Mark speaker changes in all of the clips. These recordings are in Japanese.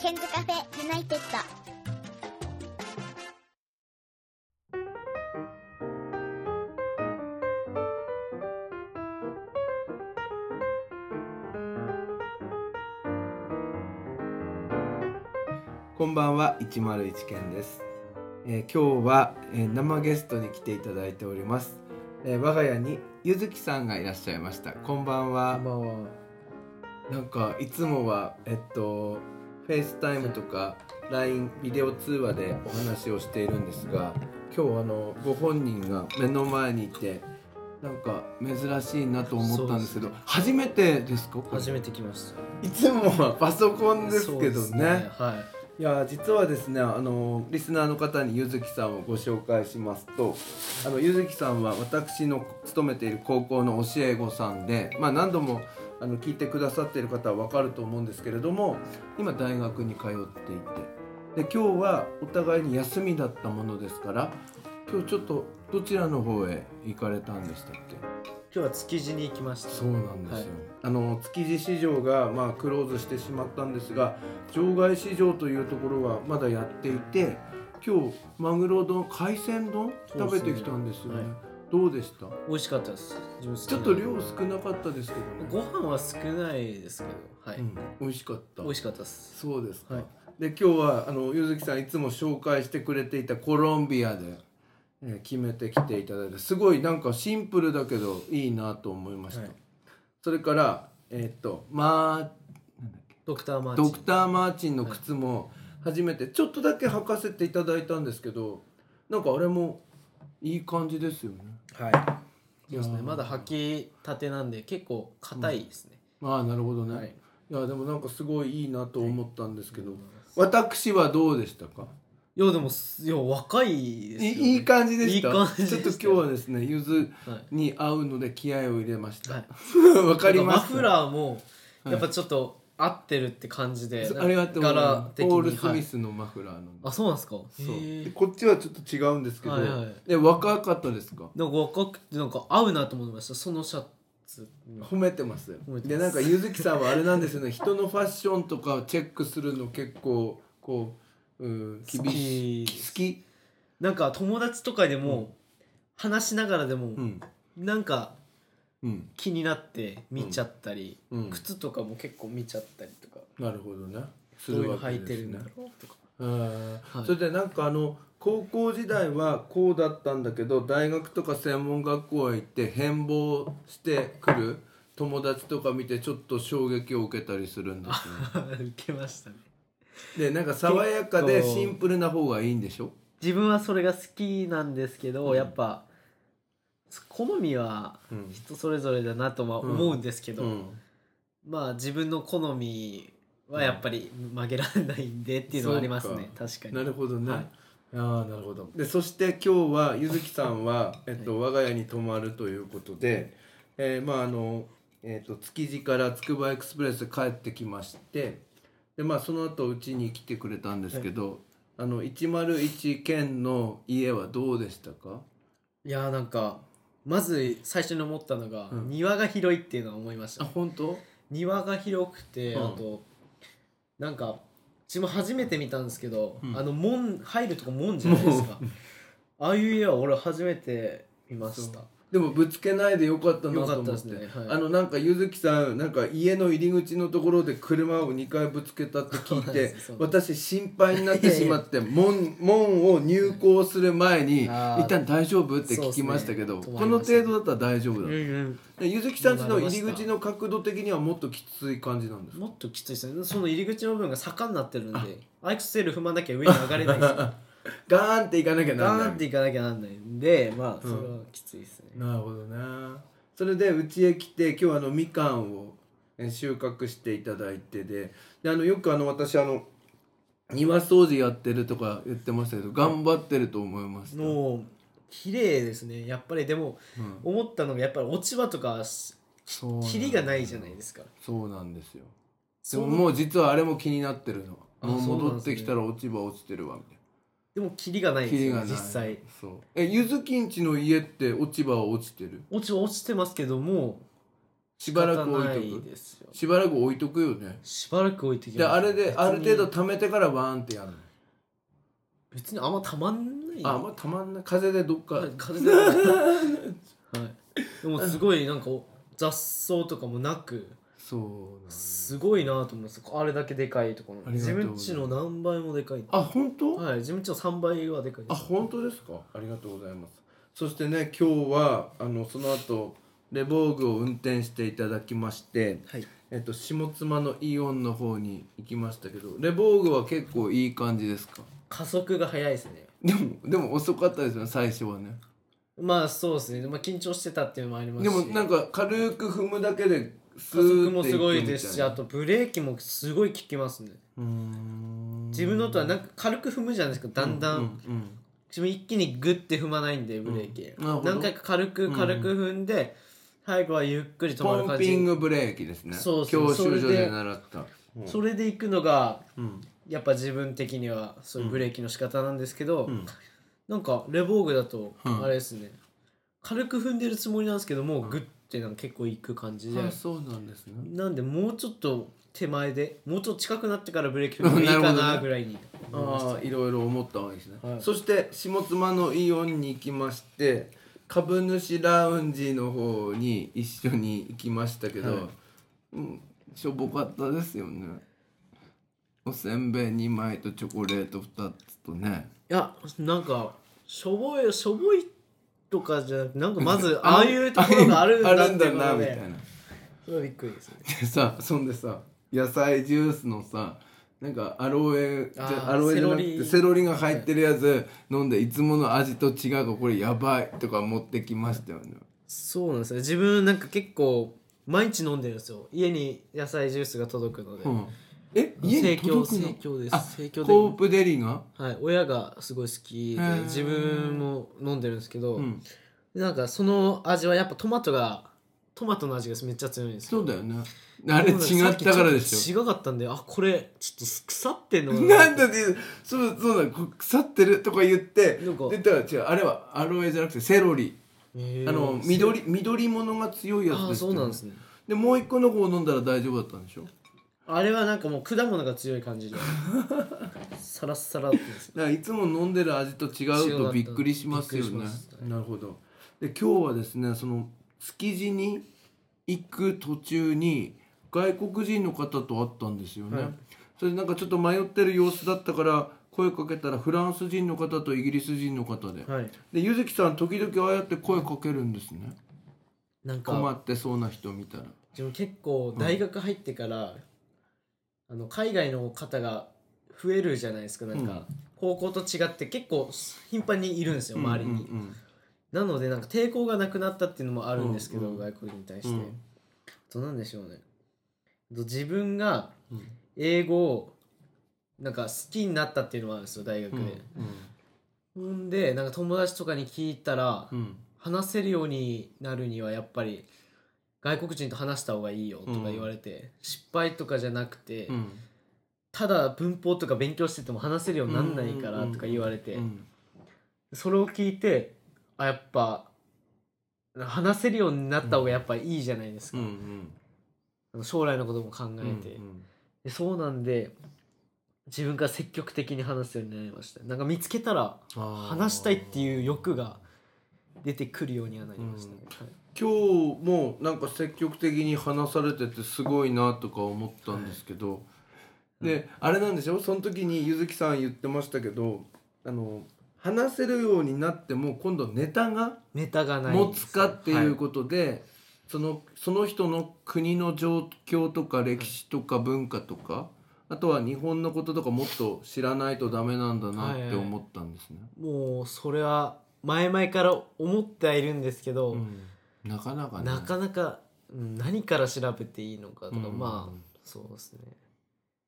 Speaker 1: ケンズカフェユナイテッド。
Speaker 2: こんばんは101件です、えー今日は、えー生ゲストに来ていただいております、えー我が家にゆずきさんがいらっしゃいましたこんばん
Speaker 3: こ
Speaker 2: は
Speaker 3: んばんは。
Speaker 2: なんかいつもはえっとフェイスタイムとか LINE ビデオ通話でお話をしているんですが今日あのご本人が目の前にいてなんか珍しいなと思ったんですけど
Speaker 3: そうで
Speaker 2: 初めてですかこれ
Speaker 3: 初めて来ました。
Speaker 2: いつもはパソコンです
Speaker 3: そう
Speaker 2: け
Speaker 3: で
Speaker 2: ど
Speaker 3: す
Speaker 2: ね
Speaker 3: はい
Speaker 2: や実はですねあのリスナーの方にゆずきさんをご紹介しますとあのゆずきさんは私の勤めている高校の教え子さんで、まあ、何度もあの聞いてくださっている方は分かると思うんですけれども今大学に通っていてで今日はお互いに休みだったものですから今日ちょっとどちらの方へ行かれたんでしたっけ
Speaker 3: い。今日は築地に行きました。
Speaker 2: そうなんですよ、
Speaker 3: はい
Speaker 2: あの築地市場がまあクローズしてしまったんですが場外市場というところがまだやっていて今日マグロ丼海鮮丼食べてきたんですよね
Speaker 3: そうですね
Speaker 2: どうでした
Speaker 3: 美味しかったです。自分好き
Speaker 2: ちょ
Speaker 3: な
Speaker 2: っと量少なかったですけどね
Speaker 3: ご飯は少ないですけど、はい。
Speaker 2: うん、美味しかった
Speaker 3: 美味しかったです。
Speaker 2: そうですか、
Speaker 3: はい
Speaker 2: で今日はあのゆずきさんいつも紹介してくれていたコロンビアで、えー決めてきていただいてすごいなんかシンプルだけどいいなと思いました、
Speaker 3: はい
Speaker 2: それからえーっとまあなんだっけ
Speaker 3: ドクターマーチン。
Speaker 2: ドクター・マーチンの靴も初めてちょっとだけ履かせていただいたんですけどなんかあれもいい感じですよね
Speaker 3: はい。そうです
Speaker 2: い
Speaker 3: ね。
Speaker 2: やー
Speaker 3: まだ履きたてなんで結構硬いですね。
Speaker 2: まあなるほどね、
Speaker 3: はいい、
Speaker 2: やでもなんかすごいいいなと思ったんですけど、
Speaker 3: い
Speaker 2: 私はどうでしたか
Speaker 3: やでもいや若いです
Speaker 2: い
Speaker 3: よ、ね。
Speaker 2: いい感じでした
Speaker 3: いい感じでした
Speaker 2: ちょっと今日はですねゆず
Speaker 3: はい。
Speaker 2: に合うので気合を入れました、
Speaker 3: は
Speaker 2: わかりま
Speaker 3: マ
Speaker 2: す
Speaker 3: フラーもやっぱちょっと合ってるって感じで。
Speaker 2: ありがとうござい
Speaker 3: 柄
Speaker 2: ます
Speaker 3: 的に
Speaker 2: ポール・ス
Speaker 3: は
Speaker 2: ミ
Speaker 3: い。
Speaker 2: スのマフラーの、
Speaker 3: あそうなんですか。
Speaker 2: そう
Speaker 3: へ
Speaker 2: で
Speaker 3: ー
Speaker 2: こっちはちょっと違うんですけど、
Speaker 3: はいはい
Speaker 2: で若かったですか
Speaker 3: なんか若くてなんか合うなと思いましたそのシャツには
Speaker 2: 褒めてますよ
Speaker 3: 褒めてます
Speaker 2: でなんかゆずきさんはあれなんです よね人のファッションとかをチェックするの結構こううん厳しい
Speaker 3: 好き
Speaker 2: 好き、
Speaker 3: なんか友達とかでも、
Speaker 2: うん
Speaker 3: 話しながらでも、
Speaker 2: うん
Speaker 3: なんか
Speaker 2: うん
Speaker 3: 気になって見ちゃったり、
Speaker 2: うん、
Speaker 3: 靴とかも結構見ちゃったりとか、
Speaker 2: なるほどねす
Speaker 3: どういう
Speaker 2: る
Speaker 3: の
Speaker 2: わけ
Speaker 3: 履いて
Speaker 2: です
Speaker 3: るん
Speaker 2: ね
Speaker 3: だろうとか
Speaker 2: うん
Speaker 3: はい
Speaker 2: それでなんかあの高校時代はこうだったんだけど大学とか専門学校へ行って変貌してくる友達とか見てちょっと衝撃を受けたりするんですよ
Speaker 3: 受けましたね
Speaker 2: でなんか爽やかで
Speaker 3: 結構
Speaker 2: シンプルな方がいいんでしょ
Speaker 3: 自分はそれが好きなんですけど、
Speaker 2: うん
Speaker 3: やっぱ好みは
Speaker 2: うん
Speaker 3: 人それぞれだなとは思うんですけど、
Speaker 2: うん
Speaker 3: まあ自分の好みはやっぱり曲げられないんでっていうのはありますね確かに
Speaker 2: なるほどね。
Speaker 3: はい
Speaker 2: ああなるほど。でそして今日はゆずきさんはえっと、我が家に泊まるということで、えーまああのえっと築地からつくばエクスプレスで帰ってきまして、でまあその後うちに来てくれたんですけど、あの101県の家はどうでしたか？
Speaker 3: いやーなんかまず最初に思ったのが、
Speaker 2: うん
Speaker 3: 庭が広いっていうのは思いました
Speaker 2: 本当？
Speaker 3: 庭が広くて、
Speaker 2: うん
Speaker 3: あとなんか自分初めて見たんですけど、
Speaker 2: うん
Speaker 3: あの門入るとこ門じゃないですか ああいう家は俺初めて見ました
Speaker 2: でもぶつけないでよかったなと思
Speaker 3: よ
Speaker 2: っ
Speaker 3: か
Speaker 2: て
Speaker 3: ったですねはい
Speaker 2: あのなんかゆずきさんなんか家の入り口のところで車を2回ぶつけたって聞い
Speaker 3: そうなんで
Speaker 2: て
Speaker 3: すそう
Speaker 2: 私心配になってしまって 門門を入校する前に
Speaker 3: あー
Speaker 2: 一旦大丈夫って聞きましたけど、
Speaker 3: そうですね
Speaker 2: この程度だったら大丈夫
Speaker 3: う
Speaker 2: だ
Speaker 3: ん
Speaker 2: と、
Speaker 3: うん
Speaker 2: でゆずきさんちの入り口の角度的にはもっときつい感じなんですか
Speaker 3: もっときついですねその入り口の部分が坂になってるんでアイクセル踏まなきゃ上に上が れないんですよ
Speaker 2: ガーンっていかなきゃなら
Speaker 3: ガ
Speaker 2: ない
Speaker 3: ーンっていかなきゃなんないんでまあそれはきついですね、
Speaker 2: なるほどねそれでうちへ来て今日はあのみかんをえ収穫していただいてでであのよくあの私あの庭掃除やってるとか言ってましたけど頑張ってると思いました、うん
Speaker 3: もう綺麗ですねやっぱりでも思ったのがやっぱり落ち葉とかし
Speaker 2: そうなん
Speaker 3: キリがないじゃないですか
Speaker 2: そうなんですよで
Speaker 3: そ
Speaker 2: も
Speaker 3: う
Speaker 2: もう実はあれも気になってるの
Speaker 3: あ
Speaker 2: もう
Speaker 3: そうなん
Speaker 2: 戻
Speaker 3: で
Speaker 2: っ
Speaker 3: すね
Speaker 2: てきたら落ち葉落ちてるわみたい
Speaker 3: でもキリがな
Speaker 2: ないキ
Speaker 3: です
Speaker 2: リ
Speaker 3: よ
Speaker 2: がない
Speaker 3: 実際
Speaker 2: そうえゆずきんちの家って落ち葉は落ちてる
Speaker 3: 落ち葉落ちてますけども
Speaker 2: しばらく置いと
Speaker 3: 仕方ない
Speaker 2: く
Speaker 3: ですよ
Speaker 2: しばらく置いとくよね
Speaker 3: しばらく置いてき
Speaker 2: であれである程度
Speaker 3: 度
Speaker 2: 溜めてからバーンってやるの
Speaker 3: 別にあんまたまんない
Speaker 2: ああんまたまんない風邪でどっか
Speaker 3: 風邪だからはいでもすごいなんか雑草とかもなく
Speaker 2: そうなんだ
Speaker 3: すごいなと思いますあれだけでかいところ
Speaker 2: ありがと
Speaker 3: 自
Speaker 2: うござい
Speaker 3: 分
Speaker 2: ます
Speaker 3: ちの何倍もでかい
Speaker 2: あ本当、
Speaker 3: はい自分ちの3倍はでかいで
Speaker 2: あ
Speaker 3: す
Speaker 2: 本当ですかありがとうございますそしてね今日はあのその後レボーグを運転していただきまして、
Speaker 3: はい
Speaker 2: えっと、下妻のイオンの方に行きましたけどレボーグは結構いい感じですか
Speaker 3: 加速が早いですね
Speaker 2: でもでも遅かったですよね最初はね
Speaker 3: まあそうですね、まあ、緊張してたっていうのもあります
Speaker 2: で
Speaker 3: し
Speaker 2: もなんか軽く踏むだけでス
Speaker 3: 加速も
Speaker 2: て
Speaker 3: す
Speaker 2: いくみ
Speaker 3: ご
Speaker 2: た
Speaker 3: いですしあとブレーキもすごい効きますね
Speaker 2: うーん
Speaker 3: 自分の音はなんか軽く踏むじゃないですかだんだん、
Speaker 2: うんうん
Speaker 3: 自分一気にグッて踏まないんでブレーキ、
Speaker 2: うんなるほど
Speaker 3: 何回か軽く軽く踏んで、最後はゆっくり止まる
Speaker 2: ポン
Speaker 3: 感
Speaker 2: ピン
Speaker 3: じ
Speaker 2: グブレーキですね
Speaker 3: そうそう
Speaker 2: 教習所
Speaker 3: それ
Speaker 2: で
Speaker 3: で
Speaker 2: 習った
Speaker 3: それで行くのが
Speaker 2: うん
Speaker 3: やっぱ自分的にはそういうブレーキの仕方なんですけど、
Speaker 2: ん
Speaker 3: なんかレボーグだと
Speaker 2: うん
Speaker 3: あれですね、軽く踏んでるつもりなんですけどもうグッてなんか結構行く感じで、
Speaker 2: あそうなんですね
Speaker 3: なんでもうちょっと手前でもうちょっと近くなってからブレーキ踏んでいい
Speaker 2: な
Speaker 3: か
Speaker 2: るほど
Speaker 3: な
Speaker 2: ね
Speaker 3: ぐらいに思いました
Speaker 2: ああいろいろ思ったわけですね、
Speaker 3: はい
Speaker 2: そして下妻のイオンに行きまして株主ラウンジの方に一緒に行きましたけど、
Speaker 3: はい
Speaker 2: うん、しょぼかったですよねおせんべい2枚とチョコレート2つとね
Speaker 3: いやなんかしょぼいしょぼいとかじゃなくてなんかま ず
Speaker 2: の
Speaker 3: ああいうところがあるんだ
Speaker 2: あ
Speaker 3: って
Speaker 2: るんだ
Speaker 3: いうこ
Speaker 2: な
Speaker 3: と
Speaker 2: みたい
Speaker 3: で
Speaker 2: な
Speaker 3: それはびっくりですね
Speaker 2: でさそんでさ野菜ジュースのさなんかアロエじ
Speaker 3: あー
Speaker 2: ゃアロエじゃなくてセ
Speaker 3: セ
Speaker 2: ロ
Speaker 3: ロリ
Speaker 2: リが入ってるやつ飲んでいつもの味と違うからこれやばいとか持ってきましたよね
Speaker 3: そうなんですよ自分なんか結構毎日飲んでるんですよ家に野菜ジュースが届くので、
Speaker 2: うん、え家に
Speaker 3: 盛況
Speaker 2: 届くの
Speaker 3: 盛況です
Speaker 2: あ
Speaker 3: 盛況で
Speaker 2: コープデリが、
Speaker 3: はい、親がすごい好き
Speaker 2: へー
Speaker 3: で自分も飲んでるんですけど、
Speaker 2: うん、
Speaker 3: なんかその味はやっぱトマトがトマトの味がめっちゃ強いんです
Speaker 2: そうだ
Speaker 3: よ
Speaker 2: よねあれ違ったからでしょ
Speaker 3: ょ違かったんであこれちょっと腐ってんのか
Speaker 2: なんだってそうそうだこう腐ってるとか言って
Speaker 3: なんか
Speaker 2: でだから違うあれはアロエじゃなくてセロリ
Speaker 3: へー
Speaker 2: あの緑緑物が強いやつ
Speaker 3: あ
Speaker 2: で
Speaker 3: ー
Speaker 2: す
Speaker 3: そうなんですね
Speaker 2: でもう一個の方を飲んだら大丈夫だったんでしょ
Speaker 3: あれはなんかもう果物が強い感 じでサラッサラってですね
Speaker 2: だからいつも飲んでる味と違うとびっくりしますよ
Speaker 3: びっく
Speaker 2: ね
Speaker 3: りします。
Speaker 2: なるほど。で今日はですねその築地に行く途中に外国人の方と会ったんですよね。
Speaker 3: はい
Speaker 2: それでなんかちょっと迷ってる様子だったから声かけたらフランス人の方とイギリス人の方で。
Speaker 3: はい
Speaker 2: でゆずきさん時々ああやって声かけるんですね。
Speaker 3: なん
Speaker 2: 困
Speaker 3: か
Speaker 2: ってそうな人見たら。
Speaker 3: 自分結構大学入ってから、あの海外の方が増えるじゃないですかなんか、高校と違って結構頻繁にいるんですよ周りに、
Speaker 2: うんうんうん
Speaker 3: なのでなんか抵抗がなくなったっていうのもあるんですけど、
Speaker 2: うんうん
Speaker 3: 外国に対して、
Speaker 2: うん
Speaker 3: あとなんでしょうねあと自分が
Speaker 2: うん
Speaker 3: 英語をなんか好きになったっていうのもあるんですよ大学で、
Speaker 2: う
Speaker 3: ほんでなんか友達とかに聞いたら、
Speaker 2: んうん
Speaker 3: 話せるようになるにはやっぱり外国人と話した方がいいよとか言われて、失敗とかじゃなくて、
Speaker 2: うん
Speaker 3: ただ文法とか勉強してても話せるようになんないからとか言われて、
Speaker 2: うん
Speaker 3: それを聞いてあやっぱ話せるようになった方がやっぱいいじゃないです
Speaker 2: う
Speaker 3: か、
Speaker 2: んうん
Speaker 3: あの将来のことも考えて、
Speaker 2: うん
Speaker 3: でそうなんで自分から積極的に話すようになりましたなんか見つけたら
Speaker 2: あー
Speaker 3: 話したいっていう欲が出てくるようにはなりましたね、はい
Speaker 2: 今日もなんか積極的に話されててすごいなとか思ったんですけど、で、あれなんでしょその時にゆずきさん言ってましたけどあの話せるようになっても今度ネタが
Speaker 3: ネタがないん
Speaker 2: 持
Speaker 3: です
Speaker 2: つかっていうことで、そのその人の国の状況とか歴史とか文化とか、あとは日本のこととかもっと知らないとダメなんだなって思ったんですね。
Speaker 3: もうそれは前々から思ってはいるんですけど、
Speaker 2: うんなかなかね
Speaker 3: なかなかうん何から調べていいのかとか、
Speaker 2: うん
Speaker 3: まあそうですね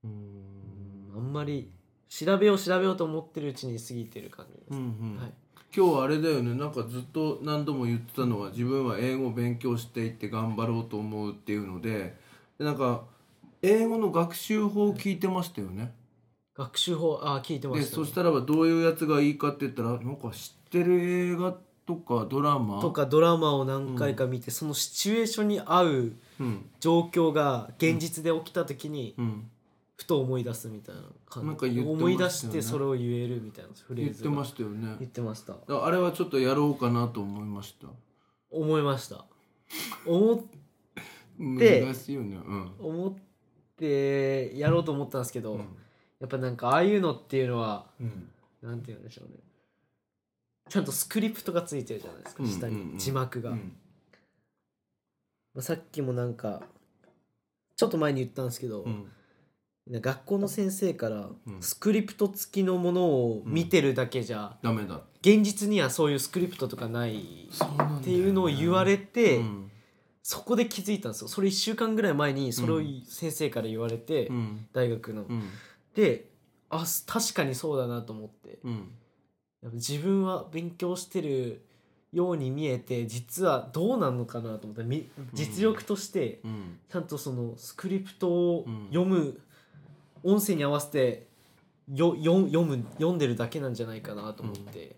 Speaker 2: うん
Speaker 3: あんまり調べよう調べようと思ってるうちに過ぎてる感じです、
Speaker 2: うんうん
Speaker 3: はい、
Speaker 2: 今日はあれだよねなんかずっと何度も言ってたのは自分は英語を勉強していって頑張ろうと思うっていうのででなんか英語の学習法を聞いてましたよね。
Speaker 3: 学習法あ聞いてま
Speaker 2: で
Speaker 3: した、
Speaker 2: そし
Speaker 3: ね、
Speaker 2: たらばどういうやつがいいかって言ったらなんか知ってる映画とかドラマ
Speaker 3: とかドラマを何回か見て、そのシチュエーションに合う
Speaker 2: うん
Speaker 3: 状況が現実で起きた時に
Speaker 2: うん
Speaker 3: ふと思い出すみたいな感じ
Speaker 2: なんか言ってましたよね
Speaker 3: 思い出してそれを言えるみたいなフレ
Speaker 2: 言っ
Speaker 3: ーズ
Speaker 2: て
Speaker 3: が
Speaker 2: ましたよね
Speaker 3: 言ってました
Speaker 2: だからあれはちょっとやろうかなと思いました
Speaker 3: 思いました思っで
Speaker 2: 難しいよねうん
Speaker 3: 思ってやろうと思ったんですけど、
Speaker 2: うん
Speaker 3: やっぱなんかああいうのっていうのは
Speaker 2: うん
Speaker 3: なんて言うんでしょうねちゃんとスクリプトがついてるじゃないですか
Speaker 2: うん
Speaker 3: 下
Speaker 2: うんう
Speaker 3: に
Speaker 2: ん
Speaker 3: 字幕が、
Speaker 2: うん
Speaker 3: まあ、さっきもなんかちょっと前に言ったんですけど、
Speaker 2: うん
Speaker 3: 学校の先生から
Speaker 2: うん
Speaker 3: スクリプト付きのものを見てるだけじゃ
Speaker 2: ダメだ
Speaker 3: 現実にはそういうスクリプトとかない
Speaker 2: そうなんだよね
Speaker 3: っていうのを言われて、
Speaker 2: うん
Speaker 3: そこで気づいたんですよそれ1週間ぐらい前にそれを
Speaker 2: うん
Speaker 3: 先生から言われて、
Speaker 2: うん
Speaker 3: 大学の、
Speaker 2: うん
Speaker 3: であす確かにそうだなと思って
Speaker 2: うん
Speaker 3: やっぱ自分は勉強してるように見えて実はどうなんのかなと思ってみ実力として
Speaker 2: うん
Speaker 3: ちゃんとそのスクリプトを
Speaker 2: うん
Speaker 3: 読む、音声に合わせてよよ読む読んでるだけなんじゃないかなと思って、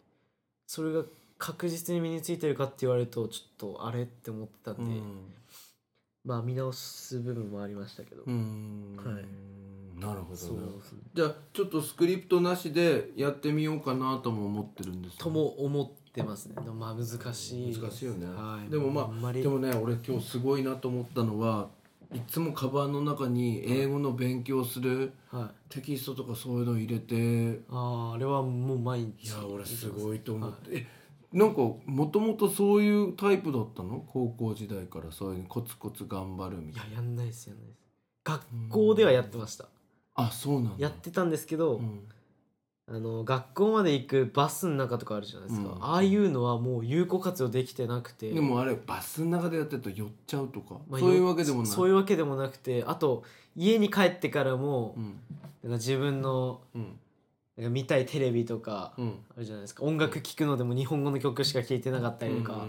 Speaker 3: それが確実に身についてるかって言われるとちょっとあれって思ってたんで、
Speaker 2: うん
Speaker 3: まあ見直す部分もありましたけど、
Speaker 2: うん
Speaker 3: はい
Speaker 2: なるほ
Speaker 3: そ
Speaker 2: ど
Speaker 3: う
Speaker 2: ねじゃあちょっとスクリプトなしでやってみようかなとも思ってるんですよ
Speaker 3: とも思ってますねでもまあ難しい
Speaker 2: 難しいよね
Speaker 3: はい、
Speaker 2: でもまあ
Speaker 3: んり
Speaker 2: でもね俺今日すごいなと思ったのはいつもカバンの中に英語の勉強する
Speaker 3: はい、
Speaker 2: テキストとかそういうの入れて
Speaker 3: あああれはもう毎
Speaker 2: い
Speaker 3: 日
Speaker 2: や俺すごいと思って、えなんかもともとそういうタイプだったの高校時代からそういうコツコツ頑張るみ
Speaker 3: い
Speaker 2: たい
Speaker 3: や
Speaker 2: な
Speaker 3: やんないですやんないです学校ではやってました、
Speaker 2: あそうなんだ
Speaker 3: やってたんですけど、
Speaker 2: うん
Speaker 3: あの学校まで行くバスの中とかあるじゃないですか、
Speaker 2: うん
Speaker 3: ああいうのはもう有効活用できてなくて
Speaker 2: でもあれバスの中でやってると酔っちゃうとか、
Speaker 3: まあ
Speaker 2: そういうわけでもない
Speaker 3: そういうわけでもなくてあと家に帰ってからも、
Speaker 2: うん
Speaker 3: なんか自分の
Speaker 2: うん
Speaker 3: なんか見たいテレビとか、
Speaker 2: うん
Speaker 3: あるじゃないですか音楽聴くのでも日本語の曲しか聴いてなかったりと
Speaker 2: う
Speaker 3: か
Speaker 2: ん、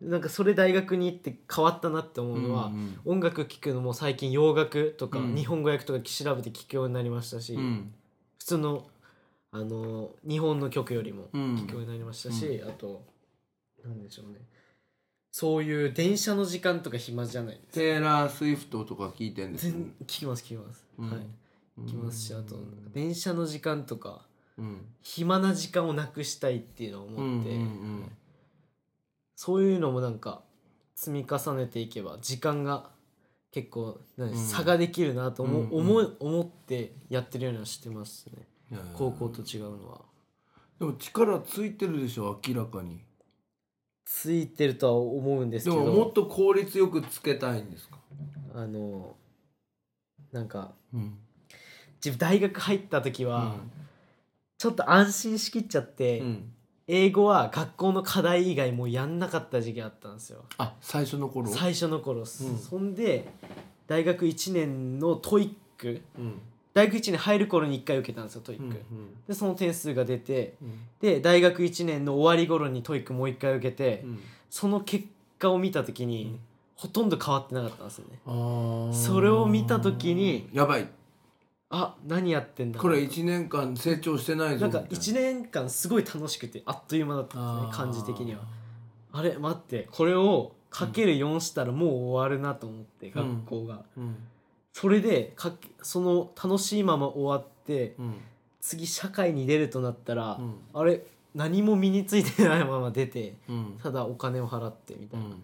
Speaker 3: なんかそれ大学に行って変わったなって思
Speaker 2: うん
Speaker 3: う
Speaker 2: うん
Speaker 3: のは、
Speaker 2: うん
Speaker 3: 音楽聴くのも最近洋楽とか、
Speaker 2: うん
Speaker 3: 日本語訳とか調べて聴くようになりましたし、
Speaker 2: うん
Speaker 3: 普通のあの日本の曲よりも
Speaker 2: うん
Speaker 3: 聴くようになりましたし、あとなんでしょうねそういう電車の時間とか暇じゃないです
Speaker 2: テイラー・スウィフトとか聞いてんです
Speaker 3: 全聞きます聞きます、
Speaker 2: うん
Speaker 3: はい聞きますしあと電車の時間とか
Speaker 2: うん
Speaker 3: 暇な時間をなくしたいっていうのを思って、
Speaker 2: うんうんうん
Speaker 3: はいそういうのもなんか積み重ねていけば時間が結構なんで
Speaker 2: うん
Speaker 3: 差ができるなと思,、
Speaker 2: うんうん
Speaker 3: 思い思ってやってるようにはしてますね
Speaker 2: いや
Speaker 3: 高校と違うのは。
Speaker 2: でも力ついてるでしょ明らかに
Speaker 3: ついてるとは思うんです
Speaker 2: で
Speaker 3: けど
Speaker 2: ももっと効率よくつけたいんですか
Speaker 3: あのなんか
Speaker 2: うん
Speaker 3: 自分大学入った時
Speaker 2: う
Speaker 3: は、
Speaker 2: ん
Speaker 3: ちょっと安心しきっちゃって、
Speaker 2: うん
Speaker 3: 英語は学校の課題以外もうやんなかった時期あったんですよ
Speaker 2: あ最初の頃
Speaker 3: 最初の頃、
Speaker 2: ん
Speaker 3: そんで大学1年のトイック
Speaker 2: うん
Speaker 3: 大学1年入る頃に1回受けたんですよトイッ
Speaker 2: う
Speaker 3: ク、
Speaker 2: ん
Speaker 3: でその点数が出て
Speaker 2: うん
Speaker 3: で大学1年の終わり頃にトイックもう1回受けて、
Speaker 2: うん
Speaker 3: その結果を見た時に、ほとんど変わってなかったんですよね
Speaker 2: あー
Speaker 3: それを見た時に
Speaker 2: やばい
Speaker 3: あ何やってんだろ
Speaker 2: こ
Speaker 3: う
Speaker 2: れ1年間成長してないぞ
Speaker 3: なんか
Speaker 2: みたい
Speaker 3: 1年間すごい楽しくてあっという間だったんです
Speaker 2: あー
Speaker 3: ね感じ的にはあれ待ってこれをかける4したらもう終わるなと思って、
Speaker 2: ん
Speaker 3: 学校が
Speaker 2: うん
Speaker 3: それでかけその楽しいまま終わって、
Speaker 2: うん
Speaker 3: 次社会に出るとなったら、
Speaker 2: うん
Speaker 3: あれ何も身についてないまま出て
Speaker 2: うん
Speaker 3: ただお金を払ってみた
Speaker 2: う
Speaker 3: いな、
Speaker 2: ん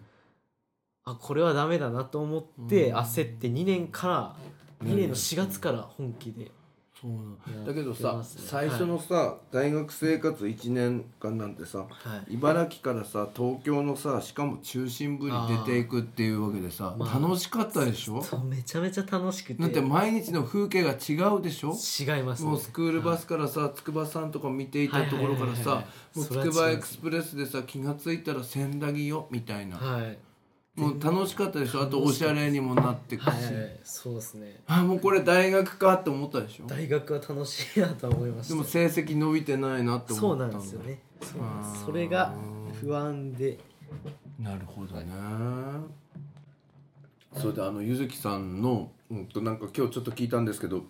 Speaker 3: あこれはダメだなと思って、
Speaker 2: うん
Speaker 3: 焦って2年から2年の4月から本気で、
Speaker 2: そうな
Speaker 3: や
Speaker 2: んだけど
Speaker 3: やって
Speaker 2: さ、
Speaker 3: ますね
Speaker 2: 最初のさ、大学生活1年間なんてさ
Speaker 3: はい
Speaker 2: 茨城からさ東京のさしかも中心部に出ていくっていうわけでさ、
Speaker 3: まあ
Speaker 2: 楽しかったでしょ
Speaker 3: そうめちゃめちゃ楽しくて
Speaker 2: だって毎日の風景が違うでしょ
Speaker 3: 違いますね
Speaker 2: もうスクールバスからさ筑波山とか見ていたところから
Speaker 3: はい
Speaker 2: さ
Speaker 3: はいはいはい
Speaker 2: もう
Speaker 3: それは
Speaker 2: 筑波
Speaker 3: 違い
Speaker 2: エ
Speaker 3: ます
Speaker 2: クスプレスでさ気が付いたら千駄木よみたいな、
Speaker 3: はい
Speaker 2: もう楽しかったでしょあとおしゃれにもなってくし、
Speaker 3: はい、そうですね。
Speaker 2: あもうこれ大学かって思ったでしょ
Speaker 3: 大学は楽しいなとは思いました。
Speaker 2: でも成績伸びてないなって
Speaker 3: そ
Speaker 2: 思
Speaker 3: う
Speaker 2: った
Speaker 3: なんん
Speaker 2: だ
Speaker 3: ですよね。そうなんで
Speaker 2: あー
Speaker 3: すそれが不安で、
Speaker 2: なるほどね。それであのゆずきさんの、うん、となんか今日ちょっと聞いたんですけど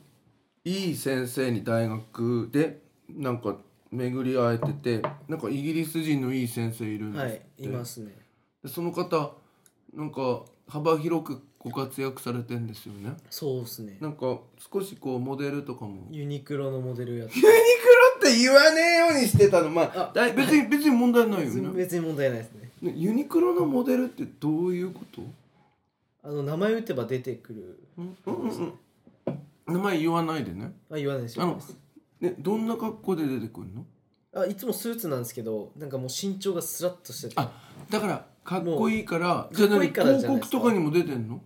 Speaker 2: いい先生に大学でなんか巡り会えててなんかイギリス人のいい先生いるんです
Speaker 3: は
Speaker 2: っ
Speaker 3: い
Speaker 2: て、
Speaker 3: いますね
Speaker 2: でその方なんか幅広くご活躍されてんですよね
Speaker 3: そうですね
Speaker 2: なんか少しこうモデルとかも
Speaker 3: ユニクロのモデル やって
Speaker 2: ユニクロって言わねえようにしてたのまあ
Speaker 3: あ
Speaker 2: だい別に別に問題ないよ
Speaker 3: 別に
Speaker 2: ね
Speaker 3: 別に問題ないですね
Speaker 2: ねユニクロのモデルってどういうこと
Speaker 3: あの名前打てば出てくる
Speaker 2: うんうんうん名前言わないでね
Speaker 3: あ言わないです
Speaker 2: あ
Speaker 3: よ
Speaker 2: のねどんな格好で出てくるの
Speaker 3: あいつもスーツなんですけどなんかもう身長がスラッとしてて
Speaker 2: あだからかっこいいからじゃあ
Speaker 3: かっこい
Speaker 2: 何
Speaker 3: いから
Speaker 2: 広
Speaker 3: じゃな
Speaker 2: 告
Speaker 3: いですか
Speaker 2: とかにも出てんの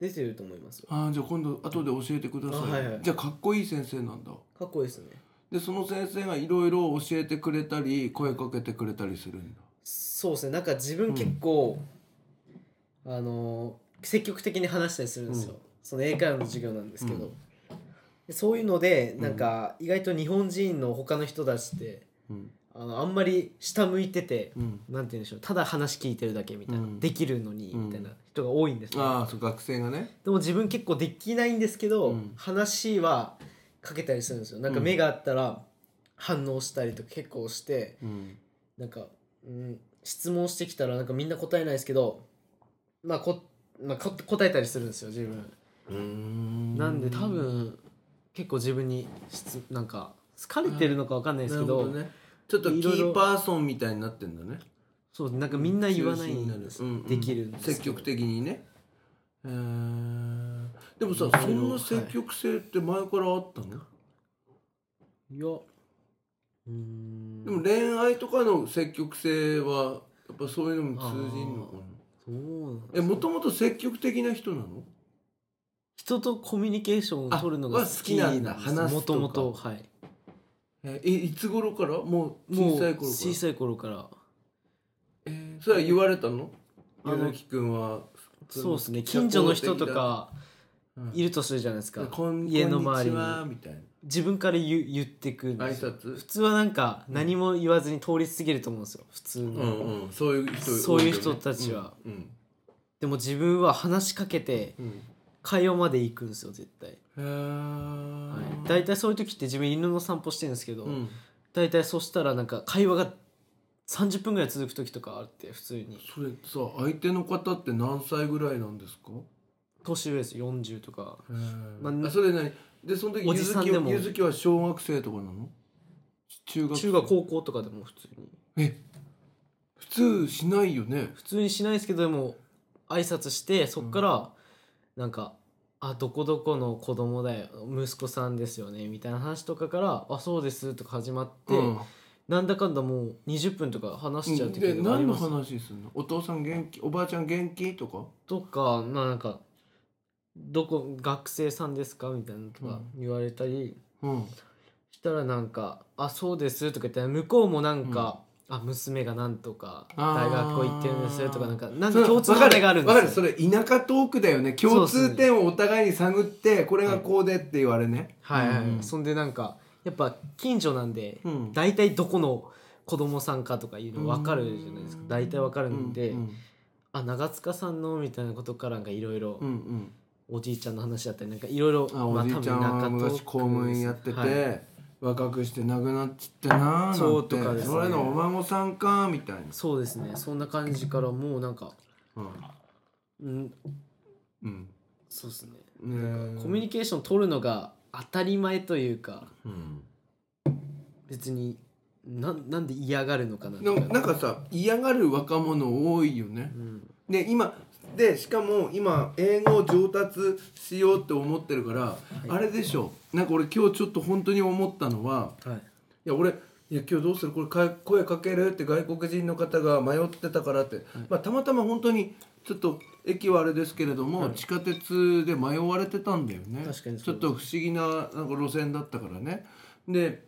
Speaker 3: 出てると思いますよ
Speaker 2: あーじゃあ今度後で教えてください、
Speaker 3: あはいはい
Speaker 2: じゃあかっこいい先生なんだ
Speaker 3: かっこいいですね
Speaker 2: でその先生がいろいろ教えてくれたり声かけてくれたりするんだ
Speaker 3: そうですねなんか自分結構、あのー積極的に話したりするんですよ、
Speaker 2: うん
Speaker 3: その英会話の授業なんですけど、
Speaker 2: うん
Speaker 3: でそういうので
Speaker 2: うん
Speaker 3: なんか意外と日本人の他の人たちって
Speaker 2: うん
Speaker 3: あのあんまり下向いてて、
Speaker 2: うん
Speaker 3: なんて言うんでしょうただ話聞いてるだけみたいな、
Speaker 2: うん
Speaker 3: できるのに
Speaker 2: うん
Speaker 3: みたいな人が多いんですね、
Speaker 2: ああそう学生がね
Speaker 3: でも自分結構できないんですけど、
Speaker 2: うん
Speaker 3: 話はかけたりするんですよなんか目があったら反応したりとか結構して、
Speaker 2: うん
Speaker 3: なんか、うん、質問してきたらなんかみんな答えないですけど、まあこまあ、こ答えたりするんですよ自分
Speaker 2: うん
Speaker 3: なんで多分結構自分に質なんか好かれてるのかわかんないですけど
Speaker 2: なるほどねちょっとキ
Speaker 3: いろいろ
Speaker 2: ーパーソンみたいになってんだね
Speaker 3: そうなんかみんな言わないんです、
Speaker 2: うんうん
Speaker 3: できるんですけど
Speaker 2: 積極的にねえーでもさ
Speaker 3: な
Speaker 2: そ
Speaker 3: るほど
Speaker 2: んな積極性って前からあったの、
Speaker 3: いやうーん
Speaker 2: でも恋愛とかの積極性はやっぱそういうのも通じんのかな
Speaker 3: そうなん
Speaker 2: え
Speaker 3: です
Speaker 2: もともと積極的な人なの
Speaker 3: 人とコミュニケーションを取るのが
Speaker 2: あ
Speaker 3: 好
Speaker 2: は好
Speaker 3: き
Speaker 2: きな
Speaker 3: なんん
Speaker 2: だ
Speaker 3: です
Speaker 2: 話す
Speaker 3: も
Speaker 2: と
Speaker 3: と
Speaker 2: か
Speaker 3: もとはい
Speaker 2: えいいつ頃からもう
Speaker 3: も
Speaker 2: 小
Speaker 3: う
Speaker 2: さい頃から
Speaker 3: 小さい頃から
Speaker 2: えーそれは言われたの
Speaker 3: あの
Speaker 2: 宮崎くんは
Speaker 3: そうですね近所の人とかい
Speaker 2: る
Speaker 3: るとするじゃないですか、
Speaker 2: こん
Speaker 3: 家の
Speaker 2: こんに
Speaker 3: 周り
Speaker 2: ち
Speaker 3: に
Speaker 2: はみたいな
Speaker 3: 自分から言う言ってくんですよ
Speaker 2: 挨拶
Speaker 3: 普通はなんか何も言わずに通り過ぎると思うんですよ普通の、
Speaker 2: うんうんそういう人
Speaker 3: そういう人たちは
Speaker 2: 多いよね
Speaker 3: でも自分は話しかけて
Speaker 2: うんうん
Speaker 3: 会話まで行くんですよ絶対、
Speaker 2: うん
Speaker 3: は
Speaker 2: へ
Speaker 3: い、
Speaker 2: ー
Speaker 3: 大体そういう時って自分犬の散歩してるんですけど、
Speaker 2: うん
Speaker 3: 大体そしたらなんか会話が30分ぐらい続く時とかあって普通に
Speaker 2: それさ相手の方って何歳ぐらいなんですか
Speaker 3: 年上ですよ40とか
Speaker 2: へー
Speaker 3: まあ
Speaker 2: あそれ何でその時
Speaker 3: お
Speaker 2: ゆ
Speaker 3: じ
Speaker 2: ず
Speaker 3: さん
Speaker 2: き
Speaker 3: で
Speaker 2: は
Speaker 3: も
Speaker 2: ゆずきは小学生とかなの中学生
Speaker 3: 中学高校とかでも普通に
Speaker 2: え普通しないよね
Speaker 3: 普通にしないですけどでも挨拶してそっからなんか「あどこどこの子供だよ息子さんですよね」みたいな話とかから「あそうです」とか始まって、
Speaker 2: うん
Speaker 3: なんだかんだもう20分とか話しちゃう時
Speaker 2: で
Speaker 3: とかあり
Speaker 2: 何の
Speaker 3: ます
Speaker 2: 話するのお父さん元気おばあちゃん元気とか
Speaker 3: とかまあなんか「どこ学生さんですか?」みたいなのとか言われたり、
Speaker 2: うん
Speaker 3: したらなんか「あそうです」とか言ったら向こうもなんか「あ娘がなんとか
Speaker 2: あー
Speaker 3: 大学行ってるんですよ」とかなんかなんか共通の話題があるんで
Speaker 2: わかる
Speaker 3: す
Speaker 2: そ
Speaker 3: よ。
Speaker 2: れ田舎トークだよね共通点をお互いに探ってこれがこうでって言われね
Speaker 3: はいはいはい、
Speaker 2: うん
Speaker 3: そんでなんかやっぱ近所なんで、
Speaker 2: うん
Speaker 3: 大体どこの子供さんかとかいうの分かるじゃないですか、
Speaker 2: うん
Speaker 3: 大体分かるんで、
Speaker 2: うん
Speaker 3: あ長塚さんのみたいなことからなんかいろいろ
Speaker 2: うんうん
Speaker 3: おじいちゃんの話だったりなんかいろいろ
Speaker 2: あおじいちゃんは昔公務員やってて、若くして亡くなっちってなーなんて
Speaker 3: そうとかですね
Speaker 2: それのお孫さんかーみたいな、
Speaker 3: そうですねそんな感じからもうなんかうん
Speaker 2: うん
Speaker 3: そうですね
Speaker 2: うんね
Speaker 3: コミュ
Speaker 2: ニ
Speaker 3: ニケーション取るのが当たり前というか
Speaker 2: うん
Speaker 3: 別になんなんで嫌がるのかな
Speaker 2: でもなんかさ嫌がる若者多いよね
Speaker 3: うん、
Speaker 2: で今でしかも今英語を上達しようって思ってるから、あれでしょなんか俺今日ちょっと本当に思ったのはい
Speaker 3: はい
Speaker 2: や俺いや今日どうするこれか声かけるって外国人の方が迷ってたからって、まあ、たまたま本当にちょっと駅はあれですけれども、地下鉄で迷われてたんだよね
Speaker 3: 確かに
Speaker 2: ち
Speaker 3: そ
Speaker 2: ょ
Speaker 3: う
Speaker 2: っ
Speaker 3: で
Speaker 2: と
Speaker 3: す
Speaker 2: 不思議ななんか路線だったからねで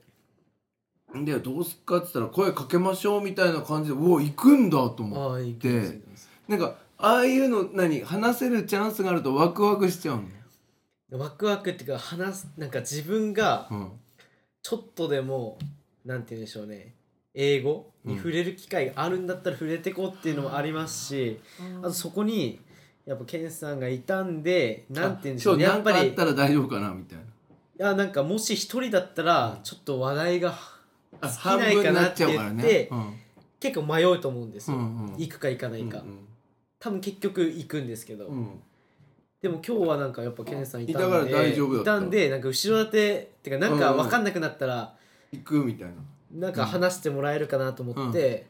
Speaker 2: でどうすっかって言ったら声かけましょうみたいな感じでうお行くんだと
Speaker 3: あ
Speaker 2: 思
Speaker 3: あ
Speaker 2: っ
Speaker 3: いい
Speaker 2: て
Speaker 3: かもしれないです
Speaker 2: なんかああいうの何話せるチャンスがあるとワクワクしちゃうの、
Speaker 3: ワクワクっていうか話すなんか自分が
Speaker 2: うん
Speaker 3: ちょっとでもなんて言うんでしょうね英語に触れる機会があるんだったら触れてこうっていうのもありますし、あとそこにやっぱケンさんがいたんでなんて言うんでしょうね
Speaker 2: あ
Speaker 3: や
Speaker 2: そ
Speaker 3: っぱ
Speaker 2: なん
Speaker 3: り
Speaker 2: かあったら大丈夫かなみたいない
Speaker 3: やなんかもし一人だったらちょっと話題が
Speaker 2: あ
Speaker 3: 尽きないかなって
Speaker 2: 半分
Speaker 3: 言っ
Speaker 2: になっち
Speaker 3: て
Speaker 2: ゃうからね
Speaker 3: 結構迷うと思うんです
Speaker 2: う
Speaker 3: よ、
Speaker 2: んうんうん
Speaker 3: 行くか行かないか、多分結局行くんですけど、
Speaker 2: うんうん
Speaker 3: でも今日はなんかやっぱケネさんいたんで
Speaker 2: いたから大丈夫だった
Speaker 3: いたんでなんか後ろ盾っていうかなんか分かんなくなったら、
Speaker 2: 行くみたいな
Speaker 3: なんか話してもらえるかなと思って、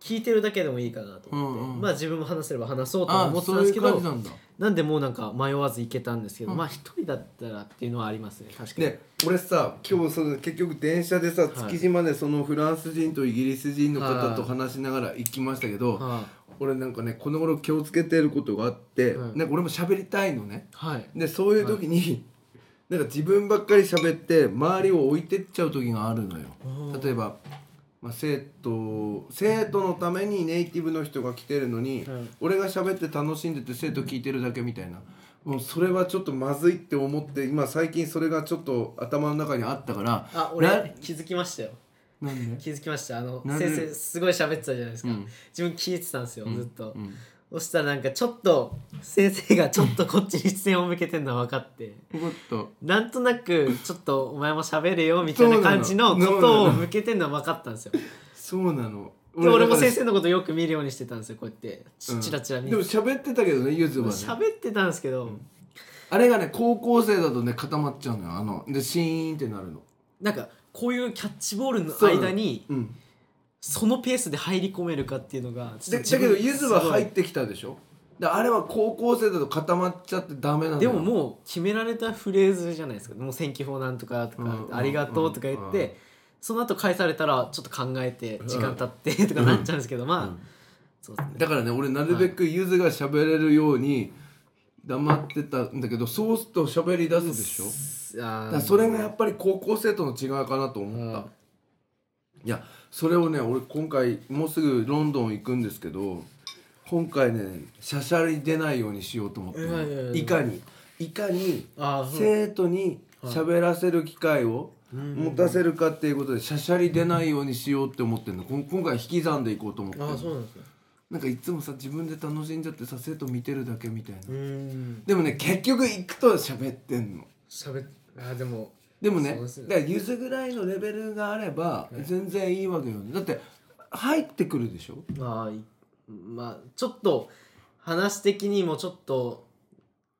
Speaker 3: 聞いてるだけでもいいかなと思って、
Speaker 2: うんうん
Speaker 3: まあ自分も話せれば話そうとは
Speaker 2: あ
Speaker 3: 思ってた
Speaker 2: そ
Speaker 3: ん
Speaker 2: う
Speaker 3: で
Speaker 2: い
Speaker 3: すけ
Speaker 2: う感
Speaker 3: ど
Speaker 2: じ
Speaker 3: な
Speaker 2: なんだ
Speaker 3: んでもうなんか迷わず行けたんですけど、
Speaker 2: うん
Speaker 3: まあ一人だったらっていうのはありますね確かに、
Speaker 2: で俺さ今日その結局電車でさ
Speaker 3: い
Speaker 2: 築地までそのフランス人とイギリス人の方と
Speaker 3: はい
Speaker 2: 話しながら行きましたけど
Speaker 3: は
Speaker 2: 俺なんかねこの頃気をつけてることがあって
Speaker 3: はい
Speaker 2: なんか俺も喋りたいのね
Speaker 3: い、はい、
Speaker 2: でそういう時になんか自分ばっかり喋って周りを置いてっちゃう時があるのよ
Speaker 3: うん
Speaker 2: 例えば、まあ、生徒生徒のためにネイティブの人が来てるのに、
Speaker 3: うん
Speaker 2: 俺が喋って楽しんでて生徒聞いてるだけみたいなもうそれはちょっとまずいって思って今最近それがちょっと頭の中にあったから
Speaker 3: あ
Speaker 2: な
Speaker 3: 俺気づきましたよ
Speaker 2: なんで
Speaker 3: 気づきましたあの
Speaker 2: なんで
Speaker 3: 先生すごい喋ってたじゃないですか、
Speaker 2: うん
Speaker 3: 自分聞いてたんですよ、ずっと、
Speaker 2: うん
Speaker 3: そしたらなんかちょっと先生がちょっとこっちに視線を向けてるのは分かって
Speaker 2: よかった
Speaker 3: なんとなくちょっとお前も喋れよみたいな感じのことを向けてるのは分かったんですよ。
Speaker 2: そうなの
Speaker 3: で俺も先
Speaker 2: だ
Speaker 3: 生のことよく見るようにしてたんですよこうやって
Speaker 2: から
Speaker 3: ちチラチラ見
Speaker 2: うんで
Speaker 3: て
Speaker 2: も喋ってたけどねゆずはね
Speaker 3: 喋ってたんですけど、
Speaker 2: あれがね高校生だとね固まっちゃうのよあのでシーンってなるの
Speaker 3: なんかこういうキャッチボールの
Speaker 2: そう
Speaker 3: 間に
Speaker 2: うん
Speaker 3: そのペースで入り込めるかっていうのが
Speaker 2: でだけどゆずは入っ
Speaker 3: って
Speaker 2: きたでしょであれは高校生だと固まっちゃってダメなの
Speaker 3: で
Speaker 2: よ
Speaker 3: ももう決められたフレーズじゃないですかもう「選挙法なんとか」とか、
Speaker 2: うんうんうん
Speaker 3: ありがとう」とか言って、
Speaker 2: うん
Speaker 3: その後返されたらちょっと考えて時間経ってとかなっちゃうんですけど、まあ、
Speaker 2: うん
Speaker 3: そうですね
Speaker 2: だからね俺なるべくゆずが喋れるように黙ってたんだけどそうすると喋り出すでしょだ
Speaker 3: あ
Speaker 2: か
Speaker 3: ー
Speaker 2: らそれがやっぱり高校生との違いかなと思ったいやそれをね俺今回もうすぐロンドン行くんですけど今回ねしゃしゃり出ないようにしようと思ってる
Speaker 3: いやいやいや
Speaker 2: いかにいかに
Speaker 3: あーそう
Speaker 2: 生徒に喋らせる機会を持たせるかっていうことでしゃしゃり出ないようにしようって思ってるのこん今回引き算でいこうと思ってる
Speaker 3: あーそう
Speaker 2: の
Speaker 3: なんですね
Speaker 2: なんかいつもさ自分で楽しんじゃってさ生徒見てるだけみたいな、
Speaker 3: うーん
Speaker 2: でもね結局行くと喋ってんの
Speaker 3: 喋っあーでも
Speaker 2: でもね
Speaker 3: そうですよ
Speaker 2: だからゆずぐらいのレベルがあれば全然いいわけよねだって入ってくるでしょ
Speaker 3: まあいまあちょっと話的にもちょっと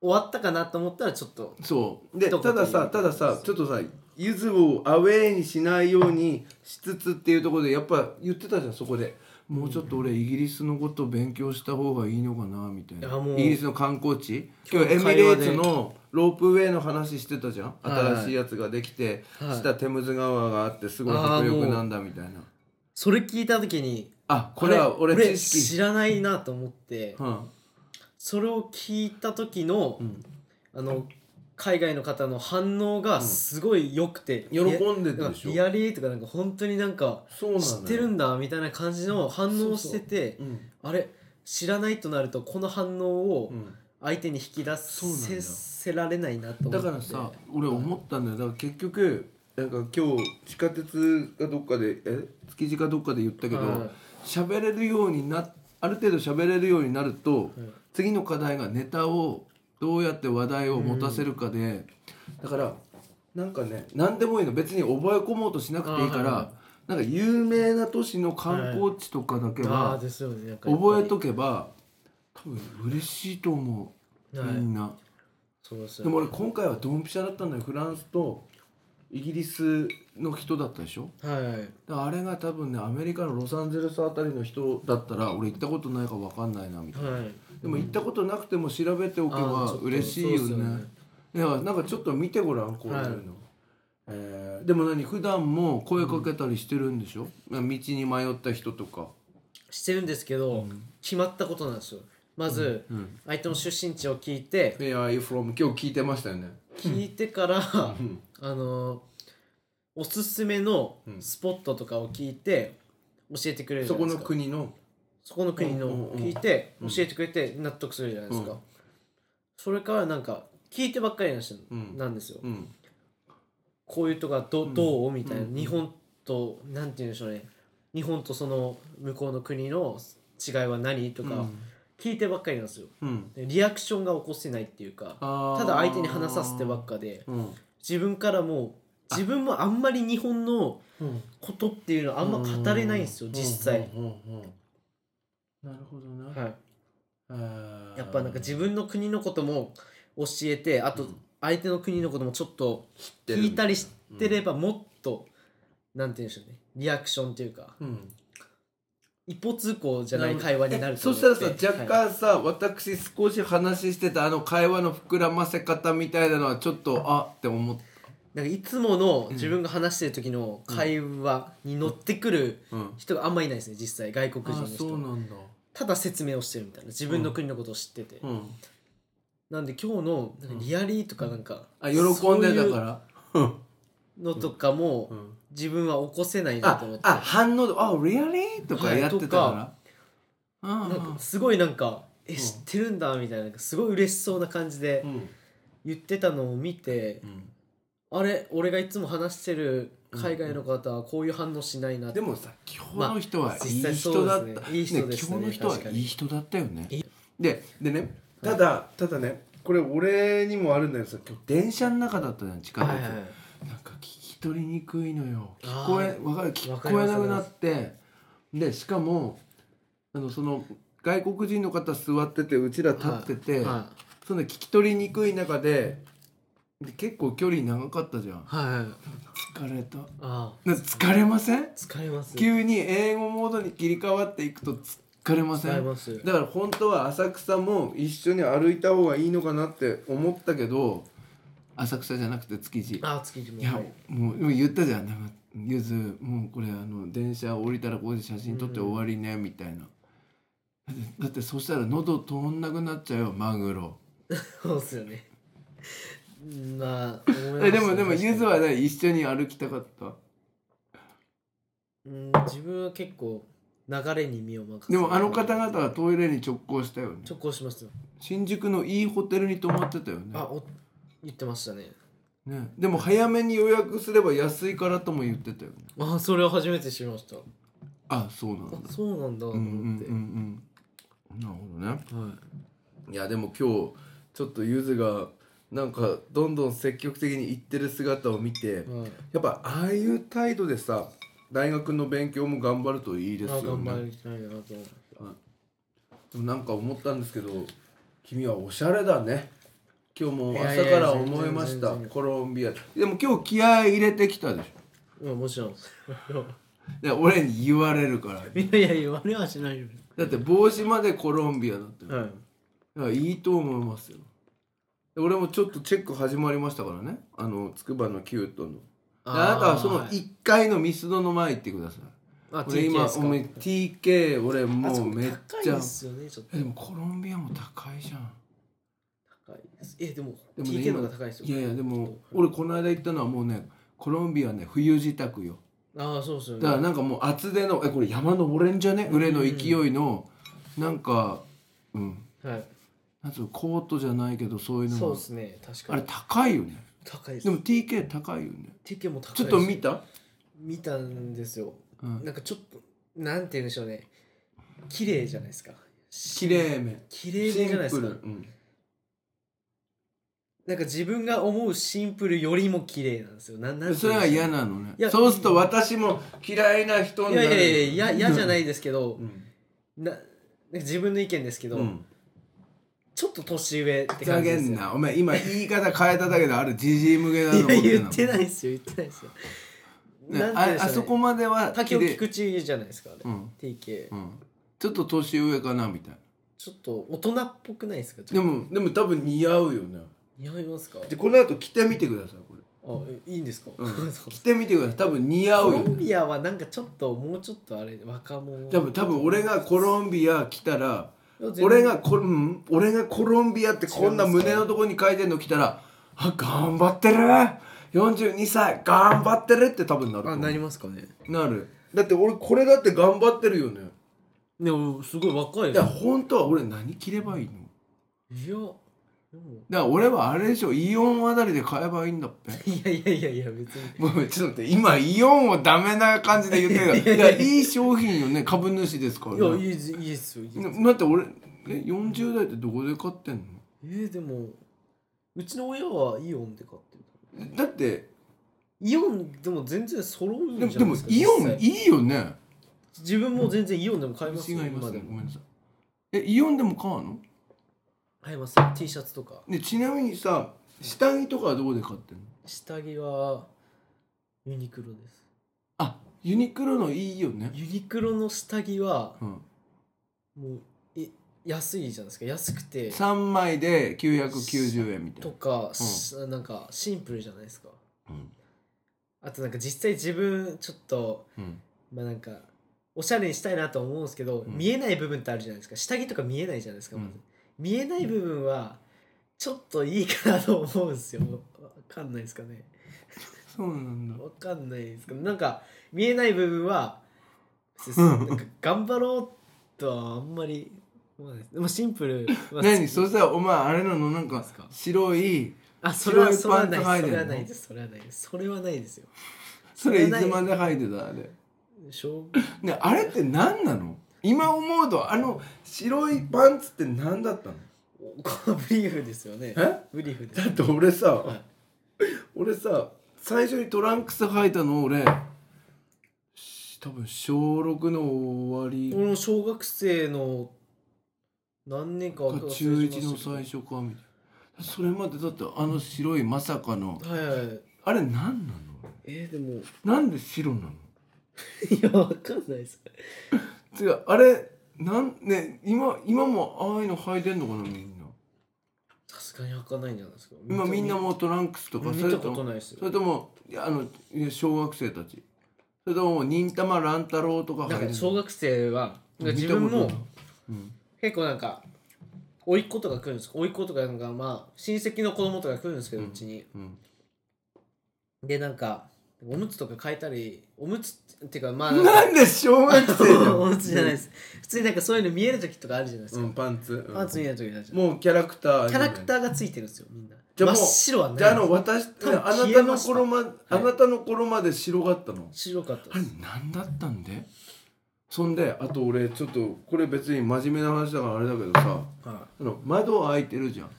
Speaker 3: 終わったかなと思ったらちょっと
Speaker 2: そうで
Speaker 3: どこ
Speaker 2: たださ
Speaker 3: って
Speaker 2: た
Speaker 3: いう
Speaker 2: ださちょっとさゆずをアウェーにしないようにしつつっていうところでやっぱ言ってたじゃんそこでもうちょっと俺イギリスのことを勉強した方がいいのかなみたい
Speaker 3: いやも
Speaker 2: な
Speaker 3: う
Speaker 2: イギリスの観光地今日
Speaker 3: 今日
Speaker 2: エ
Speaker 3: の
Speaker 2: ミ
Speaker 3: 会
Speaker 2: レ
Speaker 3: 話
Speaker 2: ー
Speaker 3: で
Speaker 2: ツのロープウェイの話してたじゃん
Speaker 3: はい
Speaker 2: 新しいやつができて
Speaker 3: はい
Speaker 2: 下テムズ川があってすごい迫力なんだみたいな
Speaker 3: それ聞いた時に
Speaker 2: あこれ
Speaker 3: あれ
Speaker 2: は俺
Speaker 3: 俺
Speaker 2: 知識
Speaker 3: 知らないなと思って
Speaker 2: うん
Speaker 3: それを聞いた時の、
Speaker 2: ん
Speaker 3: あの海外の方の反応がすごい良くて、
Speaker 2: 喜んでるでしょ
Speaker 3: リアリーとかなんか本当になんか
Speaker 2: そうなの
Speaker 3: 知ってるんだみたいな感じの反応をしてて
Speaker 2: うん
Speaker 3: あれ知らないとなるとこの反応を
Speaker 2: うん
Speaker 3: 相手に引き出
Speaker 2: そうなんだよ
Speaker 3: せせられないなと思って
Speaker 2: だからさ俺思ったんだよだから結局なんか今日地下鉄がどっかでえ築地かどっかで言ったけど
Speaker 3: はい
Speaker 2: 喋、れるようになある程度喋れるようになると、次の課題がネタをどうやって話題を持たせるかで、だからなんかね何でもいいの別に覚え込もうとしなくていいから、
Speaker 3: あは
Speaker 2: なんか有名な都市の観光地とかだけ
Speaker 3: ああ
Speaker 2: は
Speaker 3: ーですよねなんかやっぱり
Speaker 2: 覚えとけば多分嬉しいと思う、
Speaker 3: はい
Speaker 2: みんな。
Speaker 3: そうです
Speaker 2: でも
Speaker 3: よ
Speaker 2: 俺今回はドンピシャだったんだよフランスとイギリスの人だったでしょ
Speaker 3: はいはい
Speaker 2: だからあれが多分ねアメリカのロサンゼルスあたりの人だったら俺行ったことないから分かんないなみたいな、
Speaker 3: はい
Speaker 2: でも行ったことなくても調べておけ
Speaker 3: あーち
Speaker 2: ば
Speaker 3: ょっと
Speaker 2: 嬉しいよ
Speaker 3: そうですよ
Speaker 2: ね
Speaker 3: ね
Speaker 2: いやなんかちょっと見てごらんこういうの、
Speaker 3: はい
Speaker 2: えーでも何普段も声かけたりしてるんでしょ、道に迷った人とか
Speaker 3: してるんですけど、決まったことなんですよまず、相手の出身地を聞いて
Speaker 2: 「Where are you from?」今日聞いてましたよね
Speaker 3: 聞いてから、 あのーおすすめのスポットとかを聞いて教えてくれる
Speaker 2: そ
Speaker 3: じゃ
Speaker 2: こ
Speaker 3: ないで
Speaker 2: の
Speaker 3: すか
Speaker 2: 国の
Speaker 3: そこの国の
Speaker 2: うんうんうん
Speaker 3: 聞いて教えてくれて納得するじゃないですか、
Speaker 2: うん
Speaker 3: それからなんか聞いてばっかりの人
Speaker 2: うん
Speaker 3: なんですよ、
Speaker 2: うん
Speaker 3: こういうとこはどどうみたいな、
Speaker 2: うん
Speaker 3: 日本となんて言うんでしょうね日本とその向こうの国の違いは何とか聞いてばっかりなんですよ
Speaker 2: うん
Speaker 3: でリアクションが起こせないっていうか
Speaker 2: あー
Speaker 3: ただ相手に話させてばっかで
Speaker 2: うん
Speaker 3: 自分からもう自分もあんまり日本のことっていうのはあんま語れないんですよ実際、
Speaker 2: なるほどな、
Speaker 3: はい、
Speaker 2: あー
Speaker 3: やっぱなんか自分の国のことも教えてあと相手の国のこともちょっと
Speaker 2: 知ってる
Speaker 3: 聞いたりしてればもっと、なんて言うんでしょうねリアクションっていうか
Speaker 2: うん
Speaker 3: 一方通行じゃない会話になる
Speaker 2: え
Speaker 3: と
Speaker 2: そ
Speaker 3: 思
Speaker 2: し
Speaker 3: ったて
Speaker 2: らさ若干さ、私少し話してたあの会話の膨らませ方みたいなのはちょっとあって思って
Speaker 3: なんかいつもの自分が話してる時の会話に乗ってくる
Speaker 2: うん
Speaker 3: 人があんまいないですね実際外国人
Speaker 2: あ
Speaker 3: の
Speaker 2: そう
Speaker 3: 人
Speaker 2: なんだ
Speaker 3: ただ説明をしてるみたいな自分の国のことを知ってて、
Speaker 2: うん
Speaker 3: なんで今日のなんかリアリーとかなんか、
Speaker 2: あ喜んで
Speaker 3: そうい
Speaker 2: だ
Speaker 3: う
Speaker 2: から
Speaker 3: のとかも
Speaker 2: うん
Speaker 3: 自分は起こせない
Speaker 2: あ
Speaker 3: なと思って、
Speaker 2: あ反応で「あリアリー?」とかやってたから、あ
Speaker 3: なんかすごいなんか「え知ってるんだ」みたいななんかすごい嬉しそうな感じで
Speaker 2: うん
Speaker 3: 言ってたのを見て
Speaker 2: う、ん
Speaker 3: あれ俺がいつも話してる海外の方はこういう反応しないなっ
Speaker 2: で
Speaker 3: て、
Speaker 2: もさ今日の人はいい
Speaker 3: まあ実際
Speaker 2: 人だった、
Speaker 3: そうですねいい人でしたね
Speaker 2: 今日の人は
Speaker 3: 確かに
Speaker 2: いい人だったよね
Speaker 3: いい
Speaker 2: ででねただ、ただねこれ俺にもあるんだけどさ今日電車の中だったじゃん近く
Speaker 3: はいはいはい
Speaker 2: なんか聞き取りにくいのよ聞
Speaker 3: あ
Speaker 2: こえ
Speaker 3: ー
Speaker 2: わかる聞
Speaker 3: わ
Speaker 2: こ
Speaker 3: かりま
Speaker 2: え
Speaker 3: す
Speaker 2: なくなってでしかもあのその外国人の方座っててうちら立ってて、
Speaker 3: は
Speaker 2: その聞き取りにくい中でで結構距離長かったじゃん
Speaker 3: いはいはい
Speaker 2: 疲れた
Speaker 3: あ
Speaker 2: な疲れません
Speaker 3: あ疲れます
Speaker 2: 急に英語モードに切り替わっていくと疲れませ
Speaker 3: 疲れ
Speaker 2: ん
Speaker 3: ます
Speaker 2: だから本当は浅草も一緒に歩いた方がいいのかなって思ったけど浅草じゃなくて築地
Speaker 3: ああ月島
Speaker 2: いや、
Speaker 3: はい
Speaker 2: もうでも言ったじゃんなんかゆずもうこれあの電車降りたらここで写真撮って終わりね、みたいなだってだってそしたら喉通んなくなっちゃうよマグロ
Speaker 3: そうっすよね うんまあ思います
Speaker 2: えでもでも
Speaker 3: 確かに
Speaker 2: ゆずはね一緒に歩きたかった
Speaker 3: うん自分は結構流れに身を任せ
Speaker 2: でもあの方々はトイレに直行したよね
Speaker 3: 直行しますよ
Speaker 2: 新宿のいいホテルに泊まってたよね
Speaker 3: あお言ってましたね
Speaker 2: ねでも早めに予約すれば安いからとも言ってたよね
Speaker 3: あそれを初めて知りましたあ
Speaker 2: あそうなんだ
Speaker 3: そうなんだと
Speaker 2: うんうん
Speaker 3: 思って、
Speaker 2: うんうんなるほどね
Speaker 3: はい
Speaker 2: いやでも今日ちょっとゆずがなんかどんどん積極的に行ってる姿を見て
Speaker 3: はい
Speaker 2: やっぱああいう態度でさ大学の勉強も頑張るといいです
Speaker 3: あ
Speaker 2: よ
Speaker 3: 頑張
Speaker 2: ね
Speaker 3: りたいなと思って
Speaker 2: でもなんか思ったんですけど君はおしゃれだね今日も
Speaker 3: いやい
Speaker 2: 朝
Speaker 3: や
Speaker 2: から思いまし
Speaker 3: 全然
Speaker 2: た
Speaker 3: 全然
Speaker 2: コロンビアでも今日気合い入れてきたでし
Speaker 3: うんもちろん
Speaker 2: ょで俺に言われるから
Speaker 3: いやいや言われはしないよ
Speaker 2: だって帽子までコロンビアだって
Speaker 3: はい
Speaker 2: いやいいと思いますよで俺もちょっとチェック始まりましたからねあの筑波のキュートのであなたはその1階のミスドの前行ってください
Speaker 3: あ
Speaker 2: 俺今おめ TK 俺
Speaker 3: あ
Speaker 2: も
Speaker 3: そうこ
Speaker 2: めっ
Speaker 3: 高い
Speaker 2: ちゃ
Speaker 3: ですよねちょっと
Speaker 2: えでもコロンビアも高いじゃん
Speaker 3: 高いですえでも
Speaker 2: でもね
Speaker 3: TK の方が
Speaker 2: 今
Speaker 3: 高いですよ
Speaker 2: いやいやでも俺この間行ったのはもうねコロンビアね冬支度よ
Speaker 3: ああそうですよね
Speaker 2: だからなんかもう厚手のえこれ山登れんじゃねぐらいの勢いのなんかうん
Speaker 3: はい
Speaker 2: なんつうのコートじゃないけどそういうの
Speaker 3: そう
Speaker 2: も
Speaker 3: ですね確か
Speaker 2: あ
Speaker 3: に
Speaker 2: れ高いよね
Speaker 3: 高いです
Speaker 2: でも TK 高いよね
Speaker 3: TK も高い
Speaker 2: ち
Speaker 3: で
Speaker 2: ょっ
Speaker 3: す
Speaker 2: と見た、
Speaker 3: 見たんですよ
Speaker 2: うん、
Speaker 3: なんかちょっとなんて言うんでしょうね綺麗じゃないですか
Speaker 2: 綺麗め
Speaker 3: 綺麗めじゃないですか
Speaker 2: うん、
Speaker 3: なんか自分が思うシンプルよりも綺麗なんですよなんなんて
Speaker 2: そ
Speaker 3: 言
Speaker 2: れが
Speaker 3: うんでしょう
Speaker 2: 嫌なのね
Speaker 3: いや
Speaker 2: そうすると私も嫌いな人に
Speaker 3: い
Speaker 2: な
Speaker 3: や
Speaker 2: る
Speaker 3: いやいやいや嫌じゃないですけど
Speaker 2: う、ん
Speaker 3: ななんか自分の意見ですけど、
Speaker 2: うん
Speaker 3: ちょっと年上って
Speaker 2: ふざ
Speaker 3: 感じ
Speaker 2: け
Speaker 3: です
Speaker 2: ん
Speaker 3: よ
Speaker 2: なお前今言い方変えただけであるじじい向けだ
Speaker 3: い
Speaker 2: の
Speaker 3: や言って
Speaker 2: な
Speaker 3: ないですよ言ってないですよ、
Speaker 2: ね
Speaker 3: なんて言うんでしょうね
Speaker 2: ああそこまでは
Speaker 3: 竹
Speaker 2: 綺麗
Speaker 3: 尾菊池じゃないですか、あれ
Speaker 2: うん、
Speaker 3: TK
Speaker 2: うん、ちょっと年上かなみたいな
Speaker 3: ちょっと大人っぽくないですかち
Speaker 2: で
Speaker 3: ょっと
Speaker 2: もでも多分似合うよね
Speaker 3: 似合いますか
Speaker 2: でこの後着てみてくださいこれ、
Speaker 3: あえいいんです か、
Speaker 2: うん、
Speaker 3: そう
Speaker 2: 着てみてください多分似合う
Speaker 3: コ
Speaker 2: よ
Speaker 3: ロンビアはなんかちょっともうちょっとあれ若者
Speaker 2: 多分多分俺がコロンビア来たら
Speaker 3: いや全然
Speaker 2: 俺がコロン俺がコロンビアってこんな胸のとこに書いてんの来たら「あ頑張ってる !42 歳頑張ってる!」って多分なると
Speaker 3: あ
Speaker 2: 思う
Speaker 3: なりますかね
Speaker 2: なるだって俺これだって頑張ってるよね
Speaker 3: でもすごい若い
Speaker 2: い
Speaker 3: です
Speaker 2: や
Speaker 3: い
Speaker 2: 本当は俺何着ればいいの
Speaker 3: やでも
Speaker 2: だから俺はあれでしょイオンあたりで買えばいいんだっぺ
Speaker 3: いやいやいやいや別に
Speaker 2: もうちょっと待って今イオンをダメな感じで言 ってるからいやいい商品よね株主ですから
Speaker 3: いや
Speaker 2: ね
Speaker 3: いいですいいですよいいですよ
Speaker 2: だって俺え40代ってどこで買ってんの
Speaker 3: えー、でもうちの親はイオンで買ってる
Speaker 2: だって
Speaker 3: イオンでも全然揃うんじ
Speaker 2: で
Speaker 3: ゃ
Speaker 2: も
Speaker 3: ない
Speaker 2: でも
Speaker 3: すか
Speaker 2: イオン
Speaker 3: 実際
Speaker 2: いいよね
Speaker 3: 自分も全然イオンでも買います
Speaker 2: 牛がいます
Speaker 3: 今で
Speaker 2: ねご
Speaker 3: も
Speaker 2: めんなさいえイオンでも買うの
Speaker 3: 買いますよ T シャツとか
Speaker 2: でちなみにさ下着とかはどこで買ってんの
Speaker 3: 下着はユニクロです
Speaker 2: あユニクロのいいよね
Speaker 3: ユニクロの下着は
Speaker 2: うん
Speaker 3: もうえ安いじゃないですか安くて
Speaker 2: 3枚で990円みたい
Speaker 3: と
Speaker 2: な
Speaker 3: か、しなんかシンプルじゃないですか
Speaker 2: うん
Speaker 3: あとなんか実際自分ちょっと
Speaker 2: うん
Speaker 3: まあなんかおしゃれにしたいなとは思うんですけど、
Speaker 2: うん
Speaker 3: 見えない部分ってあるじゃないですか下着とか見えないじゃないですかまず、
Speaker 2: うん
Speaker 3: 見えない部分はちょっといいかなと思うんですよわかんないですかね
Speaker 2: そうなんだ
Speaker 3: わかんないですけどなんか見えない部分は
Speaker 2: うん
Speaker 3: なんか頑張ろうとはあんまり思わないですでもシンプルは
Speaker 2: 何そしたらお前あれなのなんか
Speaker 3: ですか
Speaker 2: 白い
Speaker 3: あそれはそ
Speaker 2: 白
Speaker 3: れはい
Speaker 2: パンツ
Speaker 3: ないそ
Speaker 2: 入
Speaker 3: れは
Speaker 2: れんの
Speaker 3: ないですそれはないですそれはないですよ
Speaker 2: それいつまで履いてたあれ
Speaker 3: 小
Speaker 2: ねあれって何なの今思うとあの白いパンツって何だったの
Speaker 3: このブリーフですよね
Speaker 2: え
Speaker 3: ブリーフです
Speaker 2: だって俺さ、
Speaker 3: い
Speaker 2: 俺さ最初にトランクス履いたの俺し多分小6の終わり
Speaker 3: 俺も小学生の何年か
Speaker 2: か中1の最初かみたいなそれまでだってあの白いまさかの
Speaker 3: 初はいはい
Speaker 2: あれ何なの
Speaker 3: えー、で も
Speaker 2: なんで白なの
Speaker 3: いやわかんないです
Speaker 2: 違うあれなんね今今もああいうの履いてんのかなみんな
Speaker 3: さすがに開かないんじゃないですか
Speaker 2: 今みんなもうトランクスとか
Speaker 3: 見
Speaker 2: それ
Speaker 3: た
Speaker 2: と
Speaker 3: こと
Speaker 2: も
Speaker 3: ないですよ
Speaker 2: それともいやあのいや小学生たちそれとも忍たま乱太郎とか履い
Speaker 3: な
Speaker 2: て
Speaker 3: ん
Speaker 2: ん
Speaker 3: か
Speaker 2: の
Speaker 3: 小学生はなんか
Speaker 2: 見
Speaker 3: 自
Speaker 2: たことな
Speaker 3: 分
Speaker 2: い
Speaker 3: も
Speaker 2: うん
Speaker 3: 結構なんか甥っ子とか来るんです甥っ子とかなんかまあ親戚の子供とか来るんですけど
Speaker 2: う
Speaker 3: うんちに
Speaker 2: うん
Speaker 3: でなんかおむつとか変えたりおむつっていうかまあなんか
Speaker 2: なんで小学生じ ゃん
Speaker 3: おむつじゃないです普通になんかそういうの見える時とかあるじゃないです
Speaker 2: う
Speaker 3: か
Speaker 2: んパンツうん
Speaker 3: パンツ見える時あるじゃん
Speaker 2: もうキャラクター
Speaker 3: キャラクターがついてるんですよみんな
Speaker 2: じゃあ
Speaker 3: 真
Speaker 2: も
Speaker 3: っ
Speaker 2: う
Speaker 3: 白は
Speaker 2: じゃああ
Speaker 3: ない
Speaker 2: の私ね
Speaker 3: 多分
Speaker 2: あな
Speaker 3: 消
Speaker 2: た
Speaker 3: え
Speaker 2: の
Speaker 3: ました
Speaker 2: 頃まあなたの頃まで白かったの、
Speaker 3: 白かった
Speaker 2: あ
Speaker 3: で
Speaker 2: れ
Speaker 3: す
Speaker 2: 何だったんでそんであと俺ちょっとこれ別に真面目な話だからあれだけどさ
Speaker 3: は
Speaker 2: あの窓開いてるじゃん
Speaker 3: い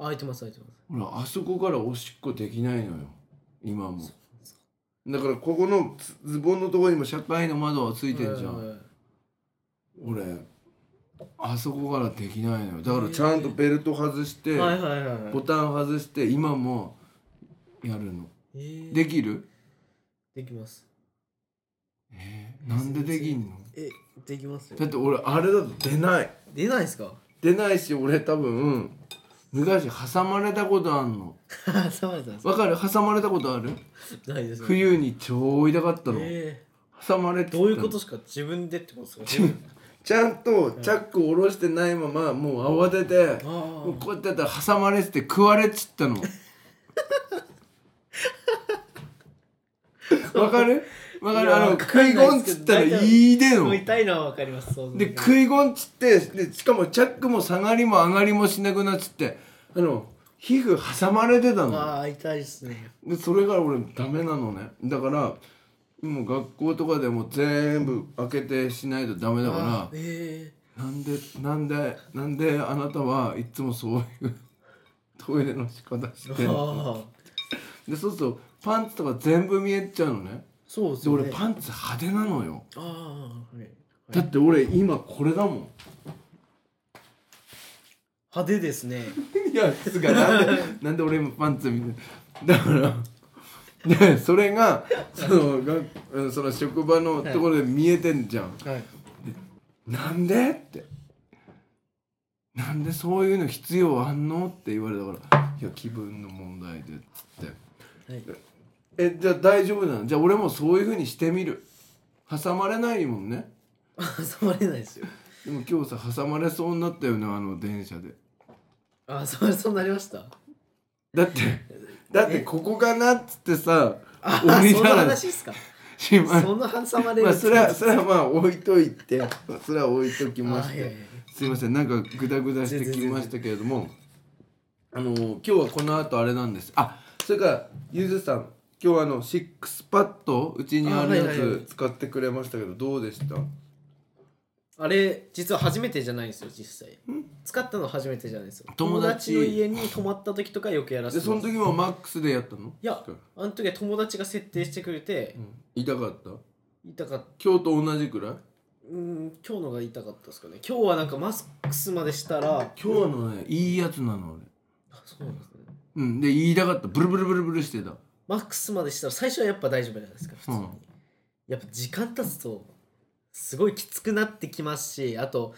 Speaker 3: 開いてます開いてます
Speaker 2: ほらあそこからおしっこできないのよ今もだからここのズズボンのところにも社会の窓はついてるじゃ
Speaker 3: はい
Speaker 2: ん
Speaker 3: はい
Speaker 2: 俺あそこからできないのよだからちゃんとベルト外して
Speaker 3: はいはいはいは
Speaker 2: ボ
Speaker 3: い
Speaker 2: タン外して今もやるの
Speaker 3: えー
Speaker 2: できる
Speaker 3: できます
Speaker 2: えーなんでできんの
Speaker 3: えできますよ
Speaker 2: だって俺あれだと出ない
Speaker 3: 出ないですか
Speaker 2: 出ないし俺多分昔挟まれたことあんの
Speaker 3: サマリさんです
Speaker 2: わかる挟まれたことある
Speaker 3: ないですね
Speaker 2: 冬に超痛かったの
Speaker 3: え
Speaker 2: 挟まれて
Speaker 3: ー
Speaker 2: た
Speaker 3: ど
Speaker 2: の
Speaker 3: ういうことですか自分でってことですか自分
Speaker 2: ちゃんとチャックを下ろしてないままもう慌てて
Speaker 3: あ
Speaker 2: もう
Speaker 3: ー
Speaker 2: こうやってやったら挟まれてて食われちったのわかるわか
Speaker 3: い
Speaker 2: る
Speaker 3: や
Speaker 2: あの
Speaker 3: わか
Speaker 2: 食
Speaker 3: ん
Speaker 2: い
Speaker 3: ない
Speaker 2: 込
Speaker 3: で
Speaker 2: ん
Speaker 3: すけ
Speaker 2: つ
Speaker 3: ど
Speaker 2: ったら
Speaker 3: 大体
Speaker 2: いいでの
Speaker 3: もう痛いのはわかりますそう
Speaker 2: で食い込んつってでしかもチャックも下がりも上がりもしなくなっつってあの皮膚挟まれてたの
Speaker 3: ああ痛いですね
Speaker 2: でそれが俺ダメなのねだからもう学校とかでも全部開けてしないとダメだ
Speaker 3: あ
Speaker 2: か
Speaker 3: ーえ
Speaker 2: らなんでなんでなんであなたはいつもそういう トイレの仕方し
Speaker 3: え
Speaker 2: てんの
Speaker 3: ああ
Speaker 2: でそうするとパンツとか全部見えちゃうのね
Speaker 3: そうです
Speaker 2: で
Speaker 3: よ
Speaker 2: 俺
Speaker 3: ね
Speaker 2: パンツ派手なのよ
Speaker 3: ああはい
Speaker 2: だって俺今これだもん
Speaker 3: 派手ですね
Speaker 2: いやつうかなんで なんで俺今パンツみたいなだからでそれがそのがうんその職場のところで見えてんじゃん、
Speaker 3: はい
Speaker 2: なんでってなんでそういうの必要あんのって言われたから「いや気分の問題で」っつって
Speaker 3: はい
Speaker 2: 「えじゃあ大丈夫なのじゃあ俺もそういうふうにしてみる挟まれないもんね
Speaker 3: 挟まれないですよ
Speaker 2: でも今日さ挟まれそうになったよねあの電車で
Speaker 3: ああそうそうなりました
Speaker 2: だってだってここかなっつってさ
Speaker 3: あ
Speaker 2: 降
Speaker 3: ー
Speaker 2: り
Speaker 3: そ
Speaker 2: た
Speaker 3: の
Speaker 2: ら
Speaker 3: 話ですか
Speaker 2: しまい
Speaker 3: その挟まれる
Speaker 2: まあそれはそれはまあ置いといてそれは置いときまし
Speaker 3: あいやい
Speaker 2: て
Speaker 3: やいや
Speaker 2: すいませんなんかグダグダしてきましたけれどもあの今日はこの後あれなんですあそれからゆずさん今日はあのシックスパッドうちにある
Speaker 3: あはいはいは
Speaker 2: や
Speaker 3: い
Speaker 2: つ使ってくれましたけどどうでした
Speaker 3: あれ実は初めてじゃないんですよ実際使ったの初めてじゃないんですよ
Speaker 2: 友達
Speaker 3: の家に泊まった時とかよくやらせ
Speaker 2: で
Speaker 3: ても
Speaker 2: その
Speaker 3: らって
Speaker 2: 時もマックスでやったの
Speaker 3: いやあの時は友達が設定してくれて
Speaker 2: うん痛かった
Speaker 3: 痛かった
Speaker 2: 今日と同じくらいう
Speaker 3: ーん今日のが痛かったですかね今日はなんかマスクスまでしたら
Speaker 2: 今日のねいいやつなの俺
Speaker 3: あそうなんですね
Speaker 2: うんで言いたかったブルブルブルブルしてた
Speaker 3: マックスまでしたら最初はやっぱ大丈夫じゃないですか普通に、
Speaker 2: うん
Speaker 3: やっぱ時間経つとすごいきつくなってきますしあと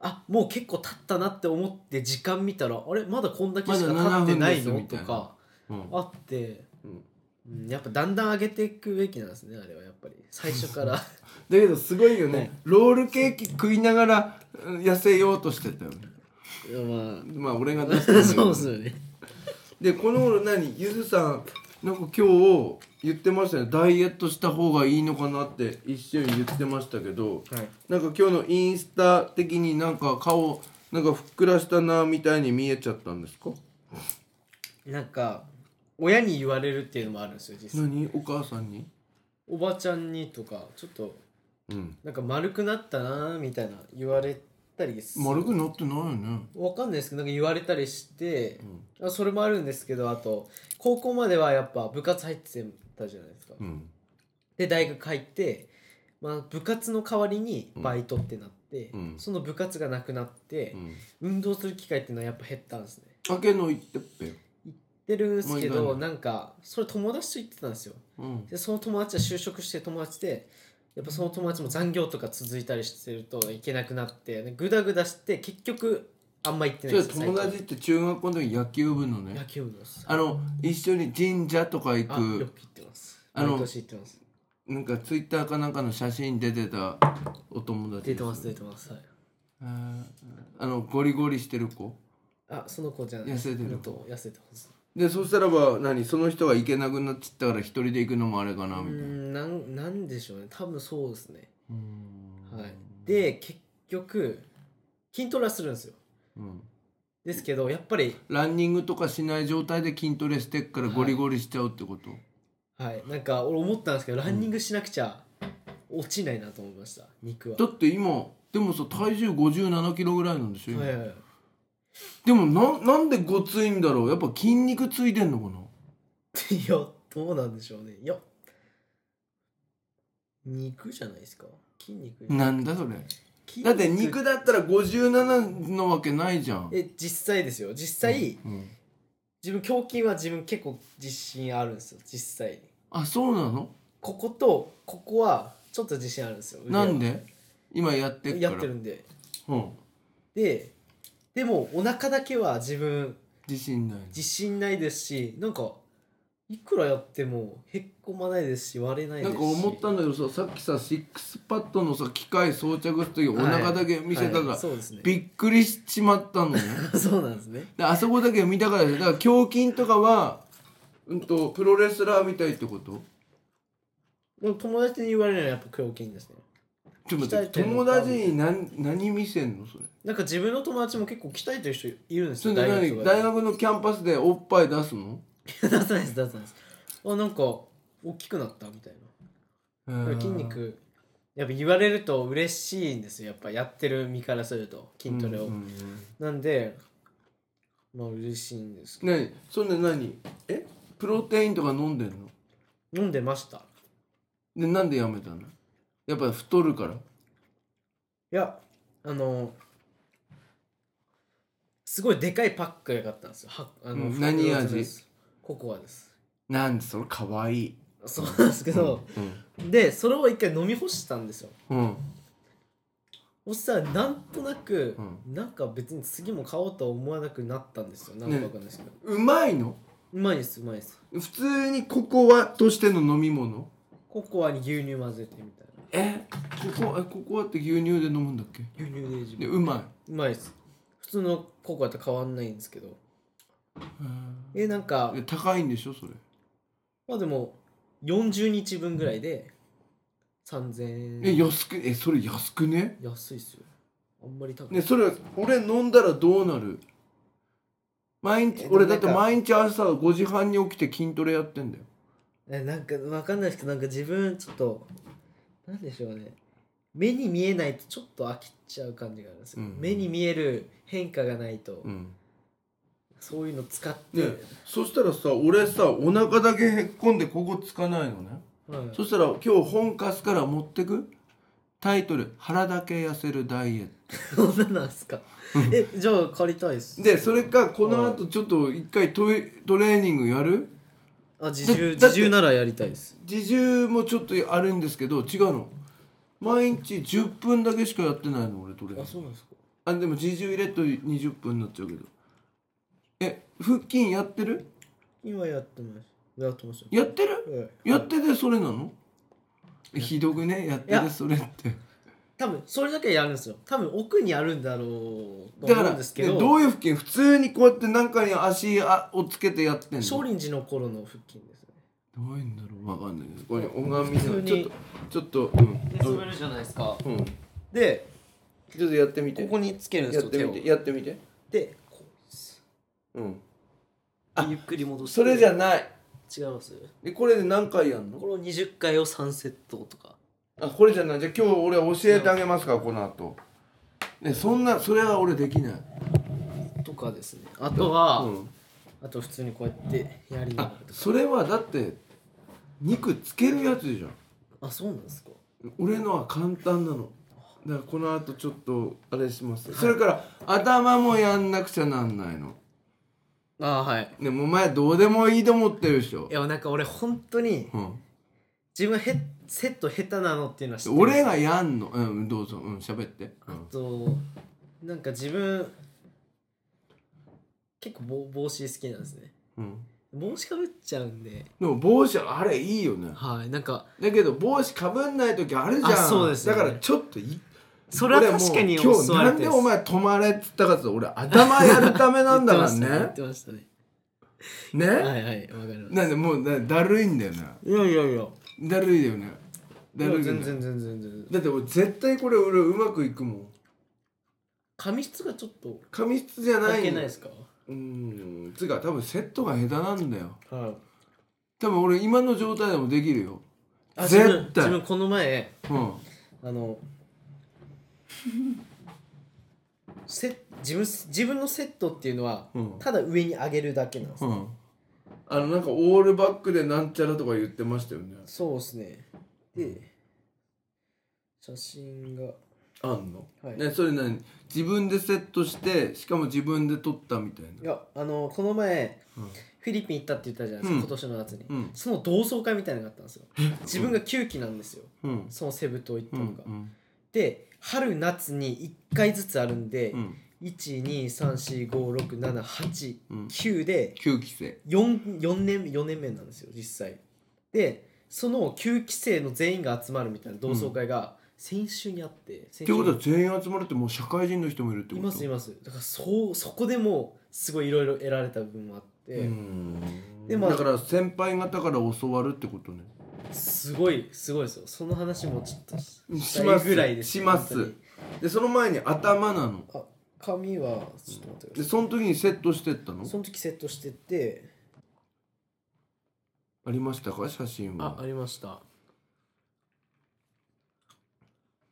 Speaker 3: あもう結構経ったなって思って時間見たらあれまだこんだけしか
Speaker 2: まだ
Speaker 3: 経
Speaker 2: 7
Speaker 3: ってないの
Speaker 2: 分ですみ
Speaker 3: と
Speaker 2: たいな
Speaker 3: か
Speaker 2: うん
Speaker 3: あって、
Speaker 2: うん
Speaker 3: うん、やっぱだんだん上げていくべきなんですねあれはやっぱり最初から
Speaker 2: だけどすごいよ
Speaker 3: ね
Speaker 2: ねロールケーキ食いながらうん痩せようとしてたよね
Speaker 3: いやま
Speaker 2: まあ俺が出 したんだ
Speaker 3: あ
Speaker 2: けど
Speaker 3: そうですよね
Speaker 2: でこの頃何ゆずさんなんか今日言ってましたねダイエットした方がいいのかなって一瞬言ってましたけど
Speaker 3: はい
Speaker 2: なんか今日のインスタ的になんか顔なんかふっくらしたなみたいに見えちゃったんですか
Speaker 3: なんか親に言われるっていうのもあるんですよ実際
Speaker 2: 何お母さんに
Speaker 3: おばちゃんにとかちょっと
Speaker 2: うん
Speaker 3: なんか丸くなったなみたいな言われたりす
Speaker 2: 丸くなってないよね
Speaker 3: わかんないですけどなんか言われたりして、あそれもあるんですけどあと高校まではやっぱ部活入ってたじゃないですか、
Speaker 2: うん
Speaker 3: で大学入って、まあ、部活の代わりにバイトってなって、
Speaker 2: うん
Speaker 3: その部活がなくなって
Speaker 2: う、ん
Speaker 3: 運動する機会っていうのはやっぱ減ったんですね
Speaker 2: 明けの行ってっぺよ
Speaker 3: 言ってるんですけ
Speaker 2: もう
Speaker 3: ど
Speaker 2: い
Speaker 3: なんかそれ友達と言ってたんですよ
Speaker 2: うん
Speaker 3: でその友達は就職して友達でやっぱその友達も残業とか続いたりしてると行けなくなってでグダグダして結局あんま行って
Speaker 2: そ
Speaker 3: ない
Speaker 2: れ
Speaker 3: んですよ
Speaker 2: 友達って中学校の時野球部の
Speaker 3: 最近野
Speaker 2: ね
Speaker 3: 球部です
Speaker 2: あの一緒に神社とか行
Speaker 3: あよ
Speaker 2: く
Speaker 3: く行ってます
Speaker 2: あの
Speaker 3: 毎年行ってます
Speaker 2: なんかツイッターかなんかの写真出てたお友達
Speaker 3: 出
Speaker 2: です
Speaker 3: てます出てますはい
Speaker 2: えーあのゴリゴリしてる子
Speaker 3: あその子じゃない
Speaker 2: 痩せてる
Speaker 3: もっと痩せてほしい
Speaker 2: でそしたらば何その人が行けなくなっちゃったから一人で行くのもあれかな
Speaker 3: うー
Speaker 2: みたいなん
Speaker 3: なんなんでしょうね多分そうですね
Speaker 2: うん
Speaker 3: はいで結局筋トレはするんですよ
Speaker 2: うん
Speaker 3: ですけどやっぱり
Speaker 2: ランニングとかしない状態で筋トレしてっからゴリゴリしちゃうってこと、
Speaker 3: はいなんか俺思ったんですけどランニングしなくちゃ落ちないなと思いました肉は
Speaker 2: だって今でもさ体重5 7キロぐらいなんでしょ、今
Speaker 3: はいはいはい
Speaker 2: でもなんなんでごついんだろうやっぱ筋肉ついてんのかない
Speaker 3: やどうなんでしょうねいや肉じゃないですか筋肉
Speaker 2: なんだそれ
Speaker 3: 筋肉
Speaker 2: だって肉だったら57のわけないじゃん
Speaker 3: え実際ですよ実際、
Speaker 2: うん
Speaker 3: 自分胸筋は自分結構自信あるんですよ実際に
Speaker 2: あそうなの
Speaker 3: こことここはちょっと自信あるんですよ腕は
Speaker 2: なんで今やってっから
Speaker 3: やってるんで
Speaker 2: うん、
Speaker 3: ででもお腹だけは自分
Speaker 2: 自信ない
Speaker 3: 自信ないですしなんかいくらやってもへっこまないですし割れないで
Speaker 2: な
Speaker 3: す
Speaker 2: ん
Speaker 3: し
Speaker 2: か思ったんだけどささっきさシックスパッドのさ機械装着した時お
Speaker 3: はい
Speaker 2: 腹だけ見せたから、
Speaker 3: はいそうですね
Speaker 2: びっくりしちまったのね
Speaker 3: そうなんですね
Speaker 2: であそこだけ見たからですだから胸筋とかはうんとプロレスラーみたいってこと
Speaker 3: でも友達に言われるのはやっぱ胸筋ですね
Speaker 2: ちょっと待っ
Speaker 3: 鍛え
Speaker 2: て
Speaker 3: てん
Speaker 2: 友
Speaker 3: のか
Speaker 2: 達に何何見せんのそれ
Speaker 3: なんか自分の友達も結構鍛えてる人いるんです
Speaker 2: そ
Speaker 3: よ
Speaker 2: れで
Speaker 3: と
Speaker 2: 何
Speaker 3: かで
Speaker 2: 大学のキャンパスでおっぱい出すの
Speaker 3: 出さないです出さないですあなんか大きくなったみたいな筋肉やっぱ言われると嬉しいんですよやっぱやってる身からすると筋トレ
Speaker 2: う
Speaker 3: を、
Speaker 2: んうんうん
Speaker 3: なんでまあ嬉しいんですけど
Speaker 2: 何そんで何えプロテインとか飲んでんの
Speaker 3: 飲んでましたい
Speaker 2: でなんでやめたのやっぱり太るから
Speaker 3: やあのすごいでかいパックが買ったんですよはあ
Speaker 2: う
Speaker 3: の、
Speaker 2: ん
Speaker 3: 袋
Speaker 2: 何
Speaker 3: 詰め
Speaker 2: 味
Speaker 3: ですココアです
Speaker 2: なんでそれかわいい
Speaker 3: そうなんですけど、でそれを一回飲み干したんですよ
Speaker 2: うん
Speaker 3: そしたらなんとなく、
Speaker 2: う
Speaker 3: なんか別に次も買おうとは思わなくなったんですよなんかわかんないですけど、
Speaker 2: うまいの
Speaker 3: うまいですうまいです
Speaker 2: 普通にココアとしての飲み物
Speaker 3: ココアに牛乳混ぜてみたいな
Speaker 2: えココアココアって牛乳で飲むんだっけ
Speaker 3: 牛乳で自
Speaker 2: で
Speaker 3: 分
Speaker 2: うま
Speaker 3: うまいです普通のココアと変わんないんですけど
Speaker 2: い
Speaker 3: えなんか
Speaker 2: で高いんでしょそれ
Speaker 3: まあでも40日分ぐらいで3000
Speaker 2: え
Speaker 3: 円
Speaker 2: 安くえそれ安くね
Speaker 3: 安いっすよあんまり高くない
Speaker 2: ねそれ俺飲んだらどうなる毎
Speaker 3: え
Speaker 2: 日
Speaker 3: でも
Speaker 2: 俺だって
Speaker 3: なんか
Speaker 2: 毎日朝5時半に起きて筋トレやってんだよ
Speaker 3: えなんかわかんないですけどなんか自分ちょっとなんでしょうね目に見えないとちょっと飽きちゃう感じがあるんですよ、
Speaker 2: うん
Speaker 3: 目に見える変化がないと、
Speaker 2: うん
Speaker 3: そういうの使って、
Speaker 2: ねそしたらさ俺さお腹だけへっこんでここつかないのね
Speaker 3: はい
Speaker 2: そしたら今日本貸すから持ってくタイトル「腹だけ痩せるダイエッ
Speaker 3: そんななんすかえじゃあ借りたいっす
Speaker 2: ト」でそれかこのあとちょっと一回トレトレーニングやる
Speaker 3: あ自重
Speaker 2: だだって
Speaker 3: 自重ならやりたいです
Speaker 2: 自重もちょっとあるんですけど違うの毎日10分だけしかやってないの俺トレーニング
Speaker 3: うなんですか
Speaker 2: あでも自重入れると20分になっちゃうけどえ腹筋やってる
Speaker 3: 今やってますやってますよ
Speaker 2: やってる
Speaker 3: はい
Speaker 2: やっててそれなのひどくねやっててそれって
Speaker 3: 多分それだけやるんですよ多分奥にあるんだろうと
Speaker 2: だか
Speaker 3: 思う
Speaker 2: ら
Speaker 3: ん
Speaker 2: ね
Speaker 3: ですけど
Speaker 2: どういう腹筋普通にこうやってなんかに足あをつけてやってんの
Speaker 3: 少林寺の頃の腹筋ですね
Speaker 2: どういうんだろうわかんないけどこれ拝み
Speaker 3: 普通
Speaker 2: の
Speaker 3: に
Speaker 2: ちょっとちょっとうん
Speaker 3: で滑るじゃないですか
Speaker 2: うん
Speaker 3: で
Speaker 2: ちょっとやってみて
Speaker 3: ここにつけるんで
Speaker 2: や
Speaker 3: す
Speaker 2: っ
Speaker 3: よ
Speaker 2: て
Speaker 3: 手
Speaker 2: み
Speaker 3: を
Speaker 2: てやってみて
Speaker 3: でこうです
Speaker 2: うん
Speaker 3: でゆっくり戻して
Speaker 2: それじゃない
Speaker 3: 違います
Speaker 2: でこれで何回やんの
Speaker 3: この20回を3セットとか
Speaker 2: あこれじゃないじゃあ今日俺教えてあげますからこの後ねそんなそれは俺できない
Speaker 3: とかですねあとは、
Speaker 2: うん
Speaker 3: あと普通にこうやってやりながら
Speaker 2: あ
Speaker 3: とか
Speaker 2: それはだって肉つけるやつじゃん
Speaker 3: あそうなんですか
Speaker 2: 俺のは簡単なのだからこの後ちょっとあれしますそれから頭もやんなくちゃなんないの
Speaker 3: あーはい
Speaker 2: ねもう前どうでもいいと思ってるでしょ
Speaker 3: い、やなんか俺本当に
Speaker 2: うん、
Speaker 3: 自分へセット下手なのっていうのは知ってる
Speaker 2: 俺がやんのうんどうぞうん喋って、う
Speaker 3: あ
Speaker 2: ん
Speaker 3: となんか自分結構帽帽子好きなんですね
Speaker 2: うん
Speaker 3: 帽子かぶっちゃうんで
Speaker 2: でも帽子あれいいよね
Speaker 3: はいなんか
Speaker 2: だけど帽子かぶんない時あるじゃん
Speaker 3: あそうですよ
Speaker 2: だ
Speaker 3: ね
Speaker 2: からちょっとい
Speaker 3: それは
Speaker 2: 俺もう
Speaker 3: 確かに
Speaker 2: 今日
Speaker 3: 襲われ
Speaker 2: な
Speaker 3: て
Speaker 2: ん
Speaker 3: る
Speaker 2: でお前止まれっつったかっつったら俺頭やるためなんだ からね
Speaker 3: 言ってましたね
Speaker 2: ね、
Speaker 3: 言ってましたねはいはいわかりま
Speaker 2: なんでもうだだるいんだよね
Speaker 3: すいやいやいや
Speaker 2: だるいだよねだるいよね
Speaker 3: 全然全然全然
Speaker 2: だって俺絶対これ俺うまくいくもん
Speaker 3: 髪質がちょっと
Speaker 2: 髪質じゃない
Speaker 3: 関係ないですか
Speaker 2: うんつうか多分セットが下手なんだよ
Speaker 3: はい
Speaker 2: 多分俺今の状態でもできるよ
Speaker 3: あ自分
Speaker 2: 絶
Speaker 3: 自
Speaker 2: 対
Speaker 3: 分この前
Speaker 2: うん
Speaker 3: あのせ自分自分のセットっていうのは、
Speaker 2: うん
Speaker 3: ただ上に上げるだけなんです、
Speaker 2: うんあのなんかオールバックでなんちゃらとか言ってましたよね
Speaker 3: そうですねで写真が
Speaker 2: あんの、
Speaker 3: はい
Speaker 2: ねそれ何自分でセットしてしかも自分で撮ったみたい
Speaker 3: い
Speaker 2: な
Speaker 3: やあのこの前、
Speaker 2: うん
Speaker 3: フィリピン行ったって言ったじゃないですか、
Speaker 2: うん
Speaker 3: 今年の夏に、
Speaker 2: うん
Speaker 3: その同窓会みたいなのがあったんですよ自分が9期なんですよ
Speaker 2: うん
Speaker 3: そのセブ島行った
Speaker 2: う
Speaker 3: の
Speaker 2: ん
Speaker 3: が、
Speaker 2: うん
Speaker 3: で春夏に1回ずつあるんで、
Speaker 2: うん
Speaker 3: 123456789
Speaker 2: うん
Speaker 3: で、
Speaker 2: 9期生
Speaker 3: 4, 4, 年4年目なんですよ実際でその9期生の全員が集まるみたいな同窓会が先週にあって、
Speaker 2: って
Speaker 3: 先週
Speaker 2: こ
Speaker 3: に
Speaker 2: とは全員集まるってもう社会人の人もいるって
Speaker 3: い
Speaker 2: こと
Speaker 3: ますいますだからそうそこでもうすごいいろいろ得られた部分もあって、
Speaker 2: うん
Speaker 3: でまあ
Speaker 2: だから先輩方から教わるってことね
Speaker 3: すごいすごいですよその話もちょっと
Speaker 2: します
Speaker 3: たいぐらいです
Speaker 2: します
Speaker 3: 本
Speaker 2: でその前に頭なの
Speaker 3: 当にあ髪はちょっと待ってく
Speaker 2: で
Speaker 3: ださ
Speaker 2: その時にセットしてったの
Speaker 3: いその時セットしてて
Speaker 2: ありましたか写真
Speaker 3: あ
Speaker 2: は
Speaker 3: ありました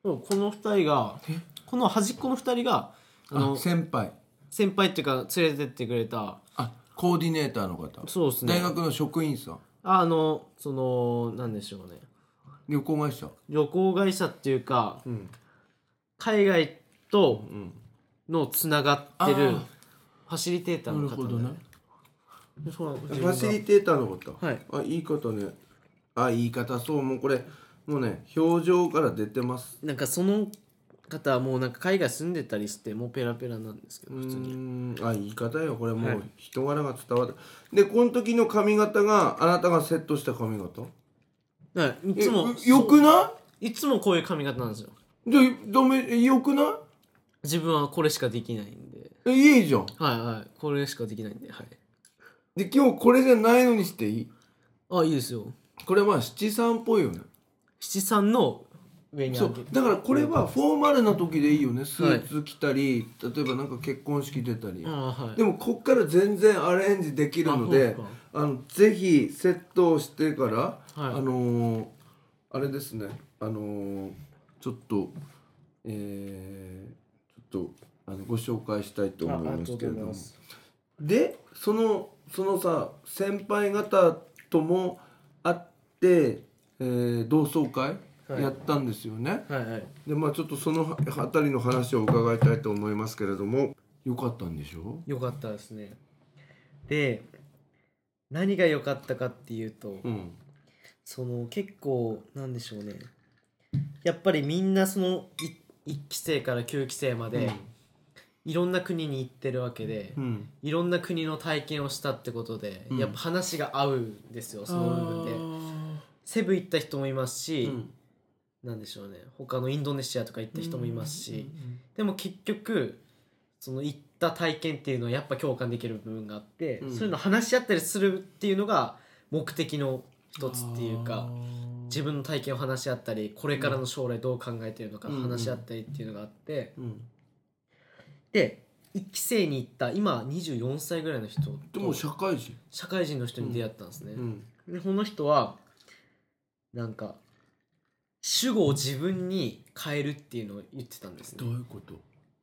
Speaker 3: そうこの2人がこの端っこの2人があの
Speaker 2: あ先輩
Speaker 3: 先輩っていうか連れてってくれた
Speaker 2: あコーディネーターの方
Speaker 3: そうですね
Speaker 2: 大学の職員さん
Speaker 3: あのそのなんでしょうね
Speaker 2: 旅行会社
Speaker 3: 旅行会社っていうか
Speaker 2: うん
Speaker 3: 海外と
Speaker 2: うん
Speaker 3: のつながってる
Speaker 2: あ
Speaker 3: ファシリテーターの方だ
Speaker 2: なるほどね
Speaker 3: でそうなん
Speaker 2: フ
Speaker 3: 自分が
Speaker 2: ァシリテーターの方
Speaker 3: はい
Speaker 2: あいい方ねあいい方そうもうこれもうね表情から出てます
Speaker 3: なんかその方はもうなんか海外住んでたりしてもうペラペラなんですけど
Speaker 2: う
Speaker 3: 普通に
Speaker 2: ーんあ言い方よこれも
Speaker 3: は
Speaker 2: う
Speaker 3: い
Speaker 2: 人柄が伝わる、でこの時の髪型があなたがセットした髪型
Speaker 3: だからい
Speaker 2: え
Speaker 3: つも
Speaker 2: うよく
Speaker 3: そう
Speaker 2: ない
Speaker 3: つもこういう髪型なんですよ
Speaker 2: いじゃあダメえよくない
Speaker 3: 自分はこれしかできないんで
Speaker 2: えいいじゃん
Speaker 3: はいはいこれしかできないんではい
Speaker 2: で今日これじゃないのにしていい
Speaker 3: あいいですよ
Speaker 2: これは七三っぽいよね
Speaker 3: 七三の上に
Speaker 2: そ
Speaker 3: 上
Speaker 2: う
Speaker 3: げる
Speaker 2: だからこれはフォーマルな時でいいよねス
Speaker 3: はい
Speaker 2: ーツ着たり、例えばなんか結婚式出たり、
Speaker 3: あはい
Speaker 2: でもこっから全然アレンジできるので
Speaker 3: あそう
Speaker 2: あのぜひセットをしてから、
Speaker 3: はい
Speaker 2: あのーあれですねあのーちょっとえー、ちょっとあのご紹介したいと思いますけれどもでそのそのさ先輩方とも会って、えー同窓会
Speaker 3: はい
Speaker 2: やったんですよね、
Speaker 3: はいはい
Speaker 2: でまあちょっとそのあたりの話を伺いたいと思いますけれどもよかったんでしょ
Speaker 3: 良かったですねで何が良かったかっていうと、
Speaker 2: うん
Speaker 3: その結構なんでしょうねやっぱりみんなその1期生から9期生まで、いろんな国に行ってるわけで、
Speaker 2: うん、
Speaker 3: いろんな国の体験をしたってことで、
Speaker 2: うん
Speaker 3: やっぱ話が合うんですよその部分でセブ行った人もいます
Speaker 2: あ
Speaker 3: し、
Speaker 2: ーうん
Speaker 3: なんでしょうね他のインドネシアとか行った人もいますし、でも結局その行った体験っていうのはやっぱ共感できる部分があって、
Speaker 2: うん
Speaker 3: そういうの話し合ったりするっていうのが目的の一つっていうか自分の体験を話し合ったりこれからの将来どう考えてるのか
Speaker 2: うん
Speaker 3: 話し合ったりっていうのがあって、
Speaker 2: うん
Speaker 3: で1期生に行った今24歳ぐらいの人
Speaker 2: でも
Speaker 3: と
Speaker 2: 社会人、
Speaker 3: 社会人の人に出会ったんですね、
Speaker 2: うん
Speaker 3: でこの人はなんか主語を自分に変えるっていうのを言ってたんです
Speaker 2: どう
Speaker 3: ね
Speaker 2: いうこと、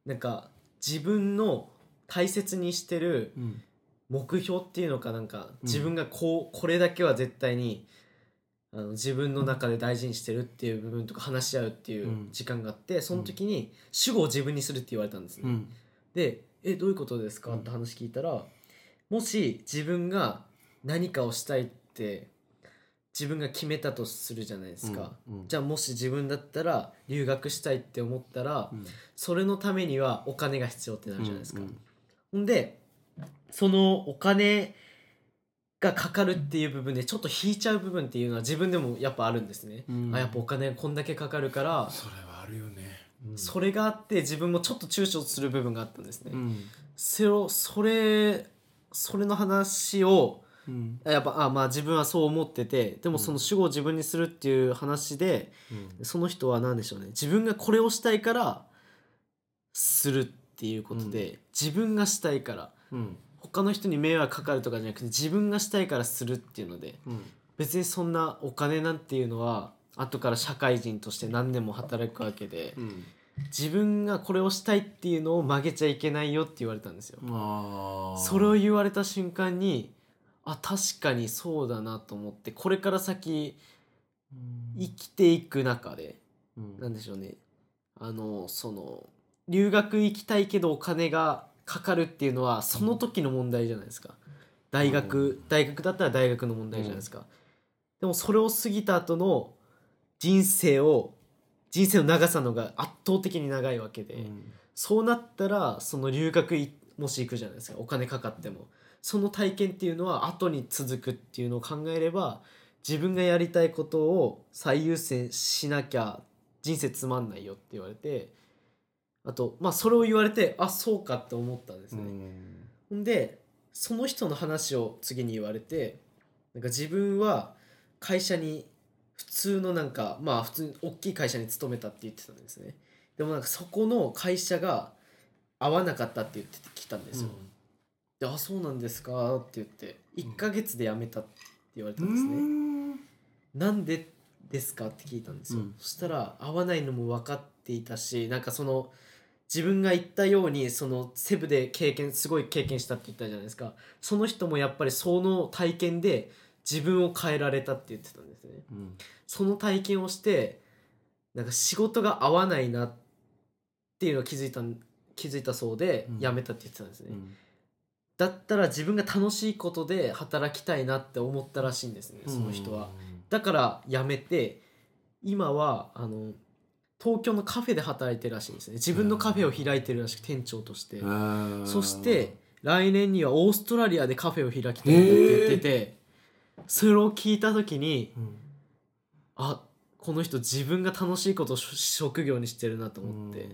Speaker 3: なんか自分の大切にしてる
Speaker 2: うん
Speaker 3: 目標っていうのかなんか
Speaker 2: ん
Speaker 3: 自分がこうこれだけは絶対にあの自分の中で大事にしてるっていう部分とか話し合うっていう
Speaker 2: うん
Speaker 3: 時間があってその時に主語を自分にするって言われたんですね、
Speaker 2: うん
Speaker 3: で「えどういうことですか?」
Speaker 2: うん
Speaker 3: って話聞いたら、もし自分が何かをしたいって自分が決めたとするじゃないですか、
Speaker 2: うんうん
Speaker 3: じゃあもし自分だったら留学したいって思ったら、それのためにはお金が必要ってなるじゃないですか、
Speaker 2: うんうん
Speaker 3: ほんでそのお金がかかるっていう部分でちょっと引いちゃう部分っていうのは自分でもやっぱあるんですね、
Speaker 2: うん
Speaker 3: あやっぱお金こんだけかかるから、
Speaker 2: それはあるよね、
Speaker 3: それがあって自分もちょっと躊躇する部分があったんですね、
Speaker 2: うん
Speaker 3: それをそれそれの話を
Speaker 2: うん
Speaker 3: やっぱあまあ自分はそう思っててでもその主語を自分にするっていう話で、その人は何でしょうね自分がこれをしたいからするっていうことで、自分がしたいから
Speaker 2: うん
Speaker 3: 他の人に迷惑かかるとかじゃなくて自分がしたいからするっていうので
Speaker 2: うん
Speaker 3: 別にそんなお金なんていうのは後から社会人として何年も働くわけで
Speaker 2: うん
Speaker 3: 自分がこれをしたいっていうのを曲げちゃいけないよって言われたんですよ。
Speaker 2: あー
Speaker 3: それを言われた瞬間にあ確かにそうだなと思ってこれから先生きていく中で
Speaker 2: うん
Speaker 3: なんでしょうねあのその留学行きたいけどお金がかかるっていうのはその時の問題じゃないですか大学、
Speaker 2: うん
Speaker 3: 大学だったら大学の問題じゃないですか、でもそれを過ぎた後の人生を人生の長さのが圧倒的に長いわけで、
Speaker 2: うん
Speaker 3: そうなったらその留学いもし行くじゃないですかお金かかってもその体験っていうのは後に続くっていうのを考えれば自分がやりたいことを最優先しなきゃ人生つまんないよって言われてあとまあそれを言われてあそうかって思ったんです
Speaker 2: う
Speaker 3: ね、
Speaker 2: ん
Speaker 3: ほんでその人の話を次に言われてなんか自分は会社に普通のなんかまあ普通に大きい会社に勤めたって言ってたんですねでもなんかそこの会社が合わなかったって言ってきたんですよ、で「あそうなんですか」って言って1ヶ月で辞めたって言われたんですね、なんでですかって聞いたんですよ、
Speaker 2: うん
Speaker 3: そしたら合わないのも分かっていたしなんかその自分が言ったようにそのセブで経験すごい経験したって言ったじゃないですかその人もやっぱりその体験で自分を変えられたって言ってたんですね
Speaker 2: うん
Speaker 3: その体験をしてなんか仕事が合わないなっていうのを気づいたん気づいたそうで
Speaker 2: うん
Speaker 3: 辞めたって言ってたんですね、
Speaker 2: うん
Speaker 3: だったら自分が楽しいことで働きたいなって思ったらしいんですねその人は、だから辞めて今はあの東京のカフェで働いてるらしいんですね自分のカフェを開いてるらしく店長として、
Speaker 2: うん
Speaker 3: そして来年にはオーストラリアでカフェを開きたいって言ってて、それを聞いた時に
Speaker 2: うん
Speaker 3: あこの人自分が楽しいことをし職業にしてるなと思って、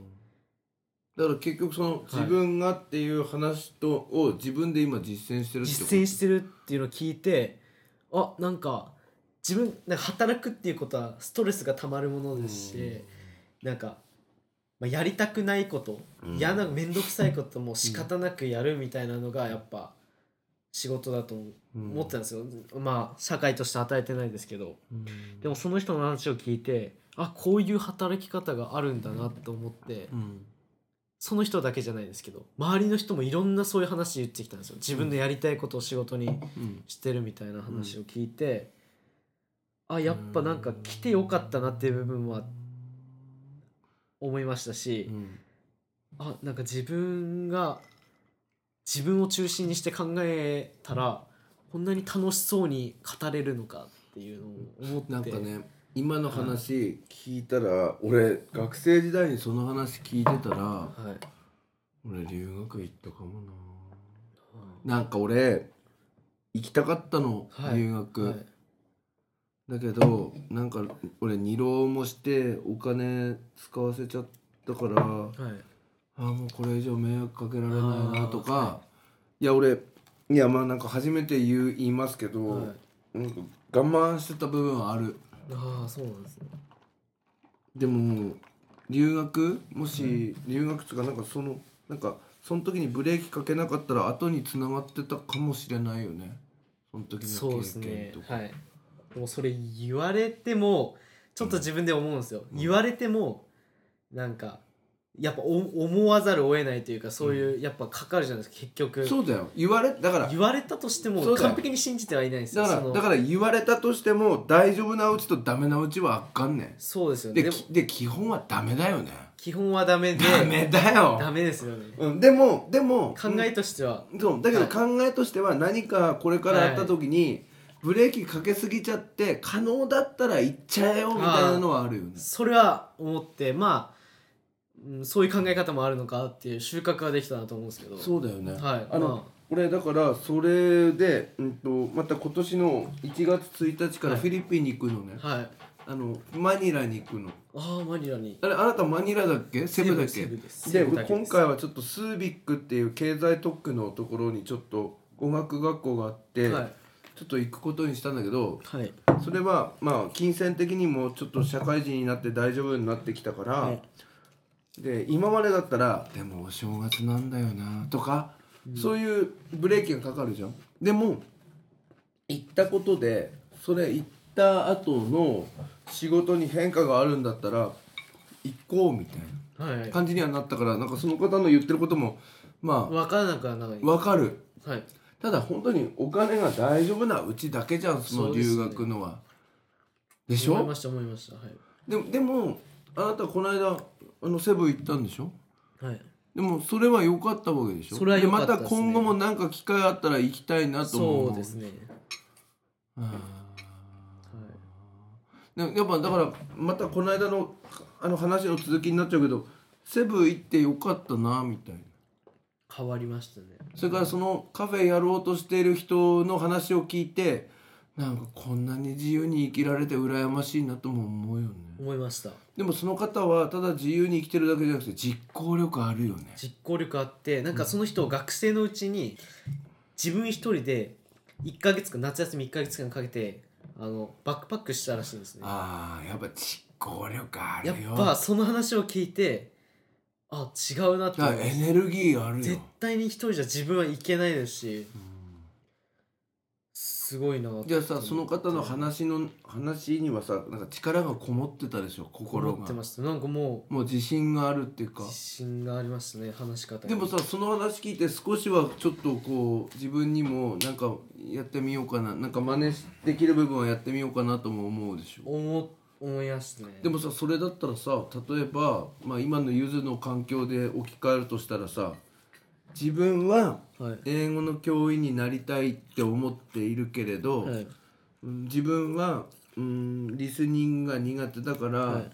Speaker 2: だから結局その自分がっていう話とを自分で今実践してるってこと
Speaker 3: 実践してるっていうのを聞いてあなんか自分なんか働くっていうことはストレスがたまるものですし、なんか、まあ、やりたくないこと、
Speaker 2: うん
Speaker 3: 嫌な面倒くさいことも仕方なくやるみたいなのがやっぱ仕事だと
Speaker 2: うん
Speaker 3: 思ってたんですよ、まあ社会として与えてないですけどでもその人の話を聞いてあこういう働き方があるんだなと思って、
Speaker 2: うん
Speaker 3: その人だけじゃないですけど周りの人もいろんなそういう話言ってきたんですよ自分のやりたいことを仕事に
Speaker 2: うん
Speaker 3: してるみたいな話を聞いて、あやっぱなんか来てよかったなっていう部分は思いましたし、
Speaker 2: うん
Speaker 3: あなんか自分が自分を中心にして考えたらこんなに楽しそうに語れるのかっていうのを思って
Speaker 2: なんかね今の話聞いたら俺学生時代にその話聞いてたら
Speaker 3: はい、
Speaker 2: 俺留学行ったかもななんか俺行きたかったの、
Speaker 3: はい
Speaker 2: 留学、
Speaker 3: はい
Speaker 2: だけどなんか俺二浪もしてお金使わせちゃったからあ
Speaker 3: はい
Speaker 2: ーもうこれ以上迷惑かけられないなとか、、
Speaker 3: あーはい
Speaker 2: や俺いやまあなんか初めて言う言いますけど、
Speaker 3: はい
Speaker 2: なんか我慢してた部分はある
Speaker 3: ああそうなんですね
Speaker 2: でも留学もし留学とかなんかそのなんかその時にブレーキかけなかったら後に繋がってたかもしれないよねその時
Speaker 3: そう
Speaker 2: の
Speaker 3: です
Speaker 2: 経験
Speaker 3: ね
Speaker 2: とか、
Speaker 3: はいでもそれ言われてもちょっと自分で思うんですよ、言われてもなんかやっぱお思わざるを得ないというかそういう、やっぱかかるじゃないですか結局
Speaker 2: そうだよ言われだから
Speaker 3: 言われたとしても
Speaker 2: そうだよ
Speaker 3: 完璧に信じてはいないんですよ
Speaker 2: だか
Speaker 3: そ
Speaker 2: ら
Speaker 3: の
Speaker 2: だから言われたとしても大丈夫なうちとダメなうちはあかんね
Speaker 3: そうですよ
Speaker 2: ん
Speaker 3: ね
Speaker 2: で
Speaker 3: でも
Speaker 2: きで基本はダメだよね
Speaker 3: 基本はダメで
Speaker 2: ダメだよ
Speaker 3: ダメですよね
Speaker 2: うん、でもでも
Speaker 3: 考えとしては、
Speaker 2: うんそうだけど
Speaker 3: はい
Speaker 2: 考えとしては何かこれからあった時にブレーキかけすぎちゃって可能だったら行っちゃえよみたいなのはあるよね
Speaker 3: それは思ってまあ、うん、そういう考え方もあるのかっていう収穫ができたなと思うんですけど
Speaker 2: そうだよね、
Speaker 3: はい
Speaker 2: あの、
Speaker 3: まあ
Speaker 2: 俺だからそれで、うん、とまた今年の1月1日からフィリピンに行くのね、
Speaker 3: はい
Speaker 2: あのマニラに行くの
Speaker 3: ああマニラに
Speaker 2: あれあなたマニラだっけセブだっけ
Speaker 3: セブです
Speaker 2: で
Speaker 3: セブだ
Speaker 2: 俺
Speaker 3: けです
Speaker 2: 今回はちょっとスービックっていう経済特区のところにちょっと語学学校があって、
Speaker 3: はい
Speaker 2: ちょっと行くことにしたんだけど
Speaker 3: はい
Speaker 2: それはまあ金銭的にもちょっと社会人になって大丈夫になってきたから、
Speaker 3: はい
Speaker 2: で今までだったら「でもお正月なんだよな」とか、そういうブレーキがかかるじゃん。でも行ったことでそれ行った後の仕事に変化があるんだったら行こうみたいな。
Speaker 3: はい
Speaker 2: 感じにはなったからなんかその方の言ってることもま
Speaker 3: 分からなくはない
Speaker 2: あわかる
Speaker 3: はい
Speaker 2: ただ本当にお金が大丈夫なうちだけじゃんその留学のはで,、し
Speaker 3: 思い
Speaker 2: ょ
Speaker 3: ました思いましたは
Speaker 2: でもでもあなたこの間あのセブン行ったんでしょ
Speaker 3: い、はい、
Speaker 2: でもそれは良かったわけでしょ
Speaker 3: それは良かった
Speaker 2: でまた今後もなんか機会あったら行きたいなと思う
Speaker 3: そうですね
Speaker 2: あ
Speaker 3: は
Speaker 2: ーでやっぱだからまたこの間のあの話の続きになっちゃうけどセブン行って良かったなみたいな
Speaker 3: あ変わりましたね
Speaker 2: それからそのカフェやろうとしている人の話を聞いてなんかこんなに自由に生きられて羨ましいなとも思うよね
Speaker 3: 思いました
Speaker 2: でもその方はただ自由に生きてるだけじゃなくて実行力あるよね
Speaker 3: 実行力あってなんかその人を学生のうちに自分一人で1ヶ月間夏休み1ヶ月間かけてあのバックパックしたらしいんですね
Speaker 2: あーやっぱ実行力ある
Speaker 3: や
Speaker 2: よ
Speaker 3: っぱその話を聞いてあ違うなって
Speaker 2: だからエネルギーある
Speaker 3: 絶
Speaker 2: よ
Speaker 3: 対に一人じゃ自分はいけないですしすごいな
Speaker 2: じゃあさその方の話の話にはさなんか力がこもってたでしょ心
Speaker 3: 思っ
Speaker 2: が
Speaker 3: てましたなんかも
Speaker 2: もう自信があるっていう
Speaker 3: う
Speaker 2: か
Speaker 3: 自信がありましたね話し方に
Speaker 2: でもさその話聞いて少しはちょっとこう自分にもなんかやってみようかななんか真似できる部分はやってみようかなとも思うでしょ
Speaker 3: 思思いましたね
Speaker 2: でもさそれだったらさ例えば、まあ、今のゆずの環境で置き換えるとしたらさ自分は
Speaker 3: はい
Speaker 2: 英語の教員になりたいって思っているけれど、
Speaker 3: はい
Speaker 2: うん自分はうんリスニングが苦手だから、
Speaker 3: はい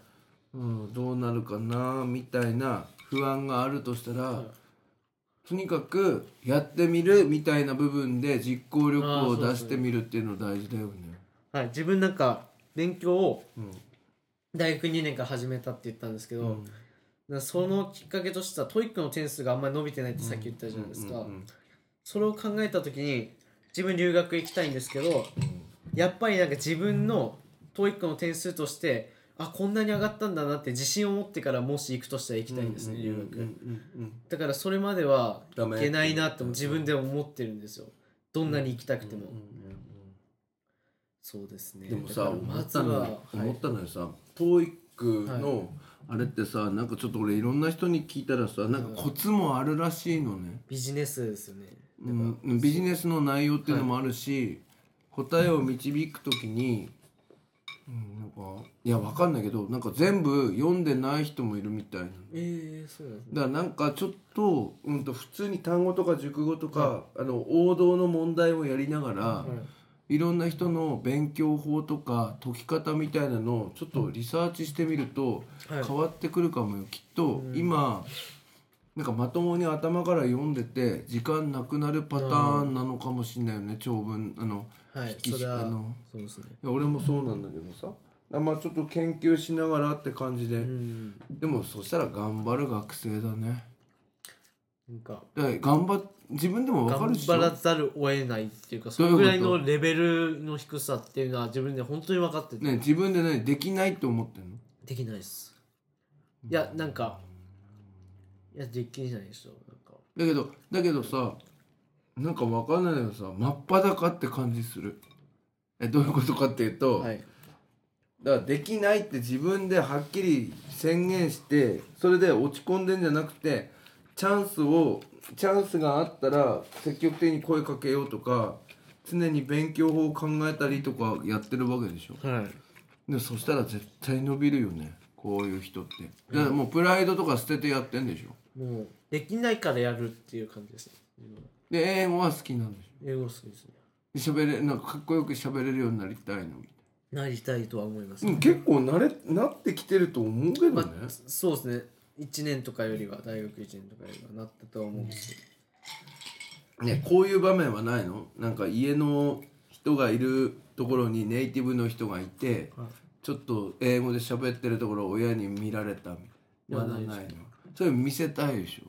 Speaker 2: うん、どうなるかなみたいな不安があるとしたら、とにかくやってみるみたいな部分で実行力
Speaker 3: あー
Speaker 2: を
Speaker 3: そうそう
Speaker 2: 出してみるっていうの大事だよね。
Speaker 3: はい、自分なんか勉強を
Speaker 2: うん
Speaker 3: 大学2年から始めたって言ったんですけど、
Speaker 2: うん
Speaker 3: なそのきっかけとしてはトイックの点数があんまり伸びてないってさっき言ったじゃないですか、
Speaker 2: うんうん
Speaker 3: それを考えた時に自分留学行きたいんですけどやっぱりなんか自分のトイックの点数としてあこんなに上がったんだなって自信を持ってからもし行くとしたら行きたいんですね、
Speaker 2: うん
Speaker 3: 留学、
Speaker 2: うんうんうん
Speaker 3: だからそれまでは
Speaker 2: ダメ
Speaker 3: いけないなって自分で思ってるんですよどんなに行きたくて
Speaker 2: う
Speaker 3: も、
Speaker 2: んうん
Speaker 3: そうです
Speaker 2: う
Speaker 3: ね
Speaker 2: んでもさ
Speaker 3: だから
Speaker 2: 思
Speaker 3: ま
Speaker 2: っ
Speaker 3: ず
Speaker 2: た
Speaker 3: は
Speaker 2: の
Speaker 3: は
Speaker 2: よ
Speaker 3: い
Speaker 2: 思ったのよさ TOEIC
Speaker 3: はい
Speaker 2: のあれってさなんかちょっと俺いろんな人に聞いたらさなんかコツもあるらしいのね。
Speaker 3: ビジネスですよね
Speaker 2: う
Speaker 3: だから
Speaker 2: ん、ビジネスの内容っていうのもあるし、答えを導くときに、うん、なんかいやわかんないけどなんか全部読んでない人もいるみたいな
Speaker 3: ええそうなんですね
Speaker 2: だからなんかちょっと,、うん、と普通に単語とか熟語とか、あの王道の問題をやりながら、
Speaker 3: はい
Speaker 2: い、ろんな人の勉強法とか解き方みたいなのをちょっとリサーチしてみると
Speaker 3: はい
Speaker 2: 変わってくるかもよ、きっと
Speaker 3: うん
Speaker 2: 今なんかまともに頭から読んでて時間なくなるパターンなのかもしれないよね長文あの
Speaker 3: はい
Speaker 2: 引き
Speaker 3: それは
Speaker 2: あの
Speaker 3: そうですね
Speaker 2: いや俺もそうなんだけどさあまあちょっと研究しながらって感じで、
Speaker 3: うん
Speaker 2: でもそしたら頑張る学生だね。
Speaker 3: なんか
Speaker 2: だから頑張っ自分でも分か
Speaker 3: 頑
Speaker 2: るでしょ
Speaker 3: 張らざるを得ないっていうかそ
Speaker 2: どういうこと
Speaker 3: のぐらいのレベルの低さっていうのは自分で本当に分かってて、
Speaker 2: ね自分でねできないと思ってんの
Speaker 3: できないですいやなんかいやできないでしょなんか
Speaker 2: だけどだけどさなんか分かんないけどさ真っ裸って感じするえどういうことかっていうと、
Speaker 3: はい
Speaker 2: だからできないって自分ではっきり宣言してそれで落ち込んでんじゃなくてチャンスをチャンスがあったら積極的に声かけようとか常に勉強法を考えたりとかやってるわけでしょ
Speaker 3: はい
Speaker 2: でそしたら絶対伸びるよねこういう人ってだからもうプライドとか捨ててやってんでしょ
Speaker 3: もうできないからやるっていう感じですね
Speaker 2: で英語は好きなんでし
Speaker 3: 英語好きですね
Speaker 2: ょで喋れなんかかっこよく喋れるようになりたいのみ
Speaker 3: なりたいとは思います、
Speaker 2: たいな、うん、結構慣れなってきてると思うけどね、
Speaker 3: まあ、そうですね1年とかよりは大学1年とかよりはなったとは思うし、
Speaker 2: ねこういう場面はないのなんか家の人がいるところにネイティブの人がいてちょっと英語で喋ってるところを親に見られたみたいなまだ
Speaker 3: いや
Speaker 2: な
Speaker 3: ないい
Speaker 2: のそれ見せたいでし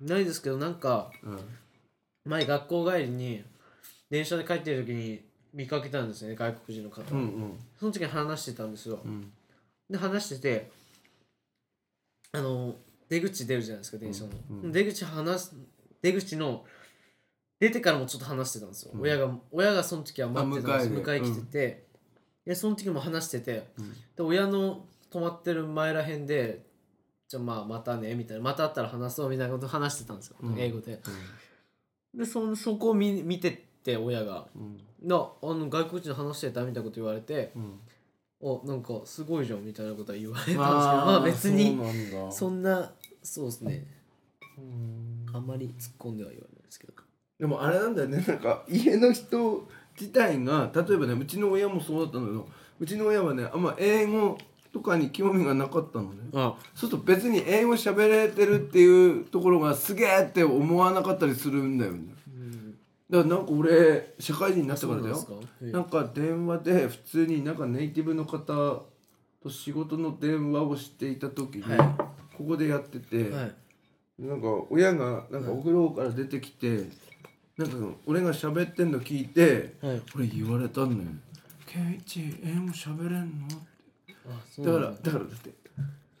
Speaker 3: ないですけどなんか
Speaker 2: ょ、うん、
Speaker 3: 前学校帰りに電車で帰ってる時に見かけたんですね外国人の方、
Speaker 2: うん
Speaker 3: その時に話してたんですよ、
Speaker 2: うんうん
Speaker 3: で話しててあの出口出るじゃないですか電車の、
Speaker 2: うんうん
Speaker 3: 出口話す出口の出てからもちょっと話してたんですよ、親が親がその時は待ってたんです
Speaker 2: あ迎
Speaker 3: 迎
Speaker 2: え
Speaker 3: え
Speaker 2: で
Speaker 3: 来てて、でその時も話してて、
Speaker 2: ん
Speaker 3: で親の泊まってる前らへんでじゃあまあまたねみたいなまた会ったら話そうみたいなこと話してたんですよ、
Speaker 2: うん
Speaker 3: 英語ででそそこを見見てって親が
Speaker 2: うん
Speaker 3: なあの外国人の話してたみたいなこと言われて
Speaker 2: うんうん
Speaker 3: おなんかすごいじゃんみたいなことは言われたんですけど
Speaker 2: あー
Speaker 3: まあ別に
Speaker 2: そうなんだ
Speaker 3: そんなそうですね
Speaker 2: うん
Speaker 3: あんまり突っ込んでは言わないですけど
Speaker 2: でもあれなんだよねなんか家の人自体が例えばねうちの親もそうだったんだけどうちの親はねあんま英語とかに興味がなかったのね
Speaker 3: あ
Speaker 2: そうすると別に英語喋れてるっていうところがすげえって思わなかったりするんだよね
Speaker 3: うん
Speaker 2: だからなんか俺社会人になって
Speaker 3: そ
Speaker 2: か
Speaker 3: う
Speaker 2: ら
Speaker 3: なん
Speaker 2: だ
Speaker 3: で
Speaker 2: よ
Speaker 3: す
Speaker 2: な
Speaker 3: か
Speaker 2: んか電話で普通になんかネイティブの方と仕事の電話をしていた時に、
Speaker 3: は
Speaker 2: ここでやってて、
Speaker 3: はい
Speaker 2: なんか親がなんかお風呂から出てきて、なんか俺が喋ってんの聞いて、
Speaker 3: はい
Speaker 2: これ言われたんだよ「ケンイチ英語喋れんの?」
Speaker 3: あそう
Speaker 2: だ
Speaker 3: な
Speaker 2: か
Speaker 3: ん
Speaker 2: らだからだって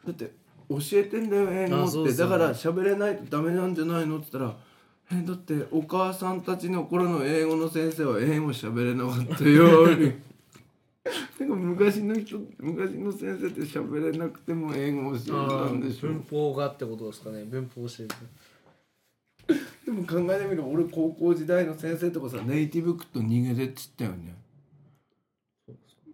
Speaker 2: だって教えてんだよ英語
Speaker 3: あそう
Speaker 2: っ
Speaker 3: で
Speaker 2: て
Speaker 3: すよ
Speaker 2: だ
Speaker 3: ね
Speaker 2: から喋れないとダメなんじゃないのって言ったら「えだってお母さんたちの頃の英語の先生は英語喋れなかったよ」 なんか昔の人昔の先生って喋れなくても英語を教えてた
Speaker 3: あ
Speaker 2: んでしょ
Speaker 3: 文法がってことですかね文法教えて
Speaker 2: でも考えてみる俺高校時代の先生とかさネイティブクと逃げてっつったよね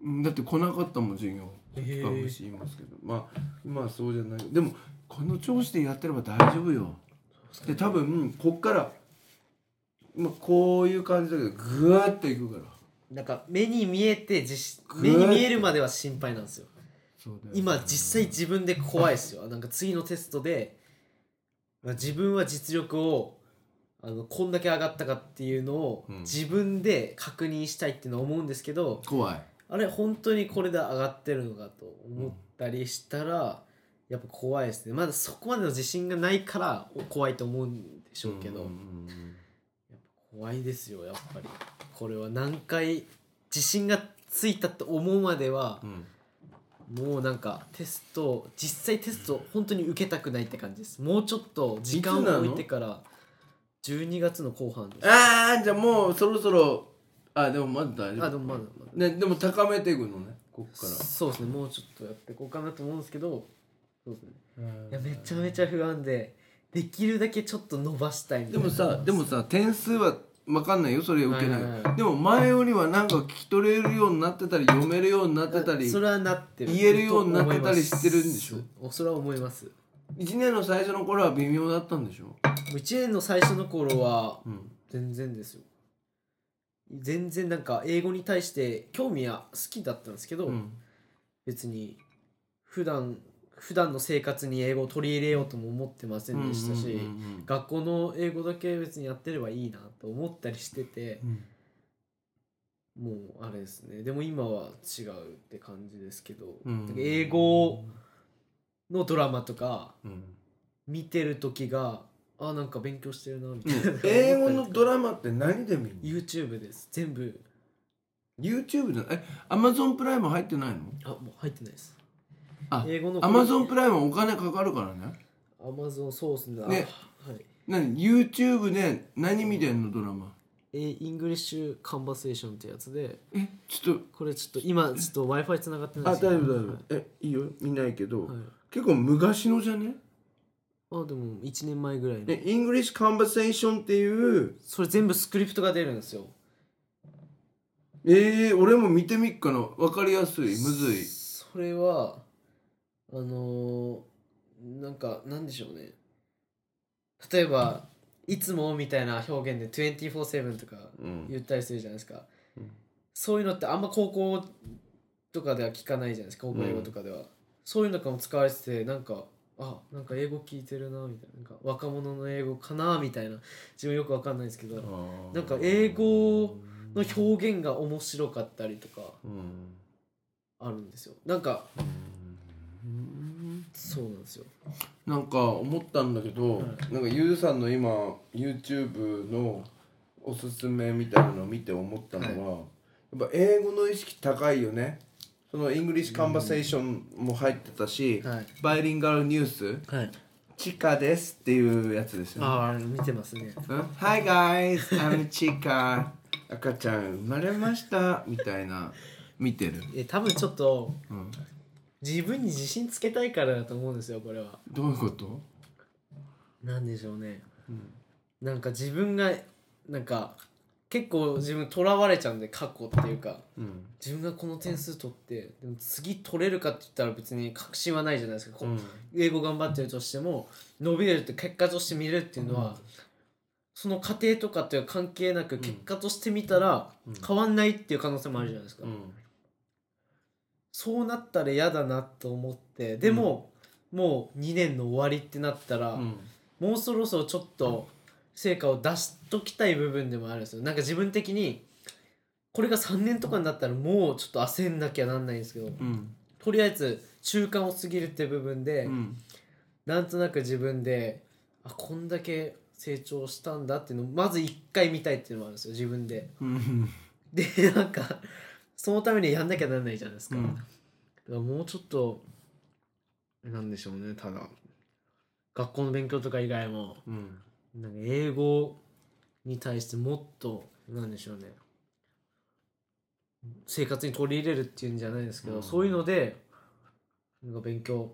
Speaker 2: うんだって来なかったもん授業
Speaker 3: へえ
Speaker 2: ガムシ言いますけどまあ今はそうじゃないでもこの調子でやってれば大丈夫よで多分こっから、まあ、こういう感じだけどグーっていくから
Speaker 3: なんか目に見えて実
Speaker 2: ぐーって
Speaker 3: 目に見えるまでは心配なんですよ
Speaker 2: そうだよ
Speaker 3: 今実際自分で怖いですよなんか次のテストでまあ自分は実力をあのこんだけ上がったかっていうのを
Speaker 2: うん
Speaker 3: 自分で確認したいっていうのは思うんですけど、
Speaker 2: 怖い
Speaker 3: あれ本当にこれで上がってるのかと思ったりしたら、やっぱ怖いですねまだそこまでの自信がないからお怖いと思うんでしょうけ
Speaker 2: う
Speaker 3: ど、
Speaker 2: んうん
Speaker 3: やっぱ怖いですよやっぱりこれは何回自信がついたと思うまでは
Speaker 2: う、んうん
Speaker 3: もうなんかテスト実際テスト本当に受けたくないって感じですもうちょっと時間
Speaker 2: いつなの
Speaker 3: を置いてから12月の後半です
Speaker 2: ああじゃあもうそろそろあでもまだ大丈
Speaker 3: あ
Speaker 2: 夫
Speaker 3: でもまだまだ
Speaker 2: ね、でも高めていくのねこっか
Speaker 3: そうですねもうちょっとやっていこうかなと思うんですけどそうですね
Speaker 2: ら
Speaker 3: いやめちゃめちゃ不安でできるだけちょっと伸ばしたいみた
Speaker 2: で
Speaker 3: いな
Speaker 2: もさでもさ点数は分かんないよそれ受けない,、
Speaker 3: はいはいはい
Speaker 2: でも前よりはなんか聞き取れるようになってたり読めるようになってたり
Speaker 3: それはなって
Speaker 2: 言えるようになってたりしてるんでしょ
Speaker 3: ょそれは思いますも
Speaker 2: 1年の最初の頃は微妙だったんでしょ、
Speaker 3: う1年の最初の頃は
Speaker 2: うん、
Speaker 3: 全然ですよ全然なんか英語に対して興味は好きだったんですけど、
Speaker 2: うん
Speaker 3: 別に普段普段の生活に英語を取り入れようとも思ってませんでしたし、
Speaker 2: うんうんうん
Speaker 3: 学校の英語だけ別にやってればいいなと思ったりしてて
Speaker 2: う、ん
Speaker 3: もうあれですねでも今は違うって感じですけど、
Speaker 2: うん
Speaker 3: だから英語のドラマとか
Speaker 2: うん
Speaker 3: 見てる時があなんか勉強してるなみた
Speaker 2: う
Speaker 3: いな、
Speaker 2: ん英語のド
Speaker 3: マ
Speaker 2: ラマって何で見るの
Speaker 3: YouTube です全部
Speaker 2: YouTube じゃないえ Amazon プライム入ってないの
Speaker 3: あもう入ってないです
Speaker 2: あ
Speaker 3: 英語の
Speaker 2: Amazon プライムはお金かかるからね
Speaker 3: アマゾンソースな、
Speaker 2: ね
Speaker 3: はい
Speaker 2: 何 YouTube で何見てんのドラマ
Speaker 3: えイングリッシュカンバセーションってやつで
Speaker 2: えちょっ
Speaker 3: これちょっと今ちょっと w i f i つながって
Speaker 2: と
Speaker 3: な
Speaker 2: あ
Speaker 3: い
Speaker 2: 大
Speaker 3: ですけ
Speaker 2: 丈
Speaker 3: ど
Speaker 2: 夫大丈夫えいいよ見ないけど、
Speaker 3: はいはい
Speaker 2: 結構昔のじゃね
Speaker 3: あでも1年前ぐらいの、
Speaker 2: ねイングリッシュカンバセーションっていう
Speaker 3: それ全部スクリプトが出るんですよ
Speaker 2: えー、俺も見てみっかな分かりやすいむずい
Speaker 3: それはあのーなんかなんでしょうね例えば「いつも」みたいな表現で24/7とか
Speaker 2: うん
Speaker 3: 言ったりするじゃないですか、
Speaker 2: うん
Speaker 3: そういうのってあんま高校とかでは聞かないじゃないですか高校英語とかでは、そういうのとかも使われててなんかあなんか英語聞いてるなみたいななんか若者の英語かなみたいな自分よくわかんないですけどなんか英語の表現が面白かったりとか
Speaker 2: うん
Speaker 3: あるんですよなんかそうなんですよ
Speaker 2: なんか思ったんだけど、なんかゆうさんの今 YouTube のおすすめみたいなのを見て思ったのは、やっぱ英語の意識高いよねそのイングリッシュカンバセーションも入ってたし、
Speaker 3: はい
Speaker 2: バイリンガルニュース
Speaker 3: はい
Speaker 2: 「チカです」っていうやつですよね。
Speaker 3: ああ見てますね
Speaker 2: うん Hi guys, I'm Chika 赤ちゃん生まれましたみたいな見てる、
Speaker 3: え多分ちょっと
Speaker 2: うん、
Speaker 3: 自分に自信つけたいからだと思うんですよこれは
Speaker 2: どういうこと、
Speaker 3: なんでしょうね
Speaker 2: うん
Speaker 3: なんか自分がなんか結構自分とらわれちゃうんで過去っていうか
Speaker 2: うん
Speaker 3: 自分がこの点数取ってでも次取れるかって言ったら別に確信はないじゃないですか、こう英語頑張ってるとしても伸びるって結果として見れるっていうのは、その過程とかっていう関係なく結果として見たら
Speaker 2: うん
Speaker 3: 変わんないっていう可能性もあるじゃないですか、
Speaker 2: うん
Speaker 3: そうなったら嫌だなと思ってでも、もう2年の終わりってなったら、
Speaker 2: うん
Speaker 3: もうそろそろちょっと成果を出しときたい部分でもあるんですよなんか自分的にこれが3年とかになったらもうちょっと焦んなきゃなんないんですけど
Speaker 2: うん
Speaker 3: とりあえず中間を過ぎるって部分で、
Speaker 2: うん
Speaker 3: なんとなく自分であこんだけ成長したんだっていうのをまず1回見たいっていうのもあるんですよ自分で
Speaker 2: うん
Speaker 3: でなんかそのためにやんなきゃなんないじゃないですか、だからもうちょっとなんでしょうねただ学校の勉強とか以外も
Speaker 2: うん
Speaker 3: なんか英語に対してもっとなんでしょうね生活に取り入れるっていうんじゃないですけど、
Speaker 2: うん
Speaker 3: そういうのでなんか勉強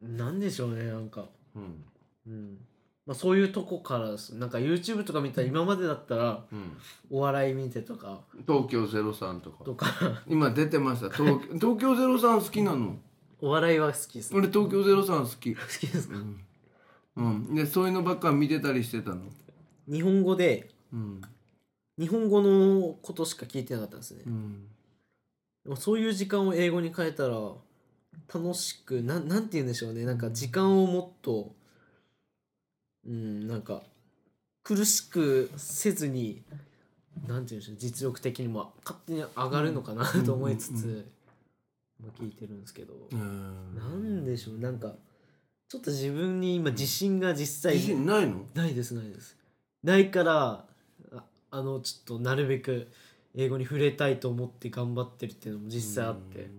Speaker 3: なんでしょうねなんか、
Speaker 2: うん
Speaker 3: うんまあ、そういうとこからですなんか YouTube とか見たら今までだったら
Speaker 2: うん
Speaker 3: お笑い見てとか
Speaker 2: 東京ゼロ三とか
Speaker 3: とか
Speaker 2: 今出てました東東京ゼロ三好きなの
Speaker 3: お笑いは好きです 好
Speaker 2: 俺東京ゼロ三好き
Speaker 3: きですか、
Speaker 2: うんでそういうのばっか見てたりしてたの
Speaker 3: 日本語で
Speaker 2: うん
Speaker 3: 日本語のことしか聞いてなかったんですね
Speaker 2: うん
Speaker 3: でもそういう時間を英語に変えたら楽しくなんなんて言うんでしょうねなんか時間をもっとうんなんか苦しくせずになんて言うんでしょう実力的にも勝手に上がるのかなと思いつ
Speaker 2: うん
Speaker 3: つ、まあ、聞いてるんですけど、
Speaker 2: うん
Speaker 3: なんでしょうなんかちょっと自分に今自信が実際
Speaker 2: 自信ないの
Speaker 3: ないですないですないからああのちょっとなるべく英語に触れたいと思って頑張ってるっていうのも実際あって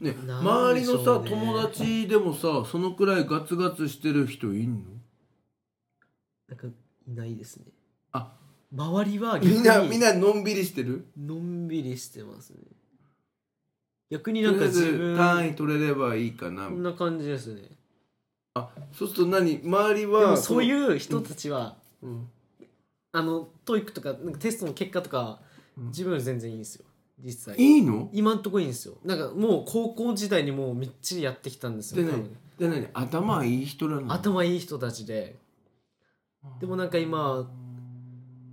Speaker 2: ね
Speaker 3: なん
Speaker 2: 周
Speaker 3: で
Speaker 2: り
Speaker 3: しょう
Speaker 2: の
Speaker 3: ね
Speaker 2: さ友達でもさそのくらいガツガツしてる人いんの
Speaker 3: なんかいないですね
Speaker 2: あ
Speaker 3: 周りは
Speaker 2: みんなみん
Speaker 3: な
Speaker 2: なのんびりしてる
Speaker 3: のんびりしてますね逆に
Speaker 2: と
Speaker 3: な
Speaker 2: りあ
Speaker 3: んか
Speaker 2: え
Speaker 3: 自
Speaker 2: ず
Speaker 3: 分
Speaker 2: 単位取れればいいかな
Speaker 3: こんな感じですね
Speaker 2: そうすると何周り
Speaker 3: で
Speaker 2: は
Speaker 3: もそういう人たちは、
Speaker 2: うん
Speaker 3: あのトイックとかなんかテストの結果とか
Speaker 2: うん
Speaker 3: 自分より全然いいんですよ実際
Speaker 2: いいの
Speaker 3: 今んとこいいんですよなんかもう高校時代にもうみっちりやってきたんですよ
Speaker 2: で
Speaker 3: 多
Speaker 2: 何
Speaker 3: 分
Speaker 2: で何頭いい人なの
Speaker 3: 頭いい人たちででもなんか今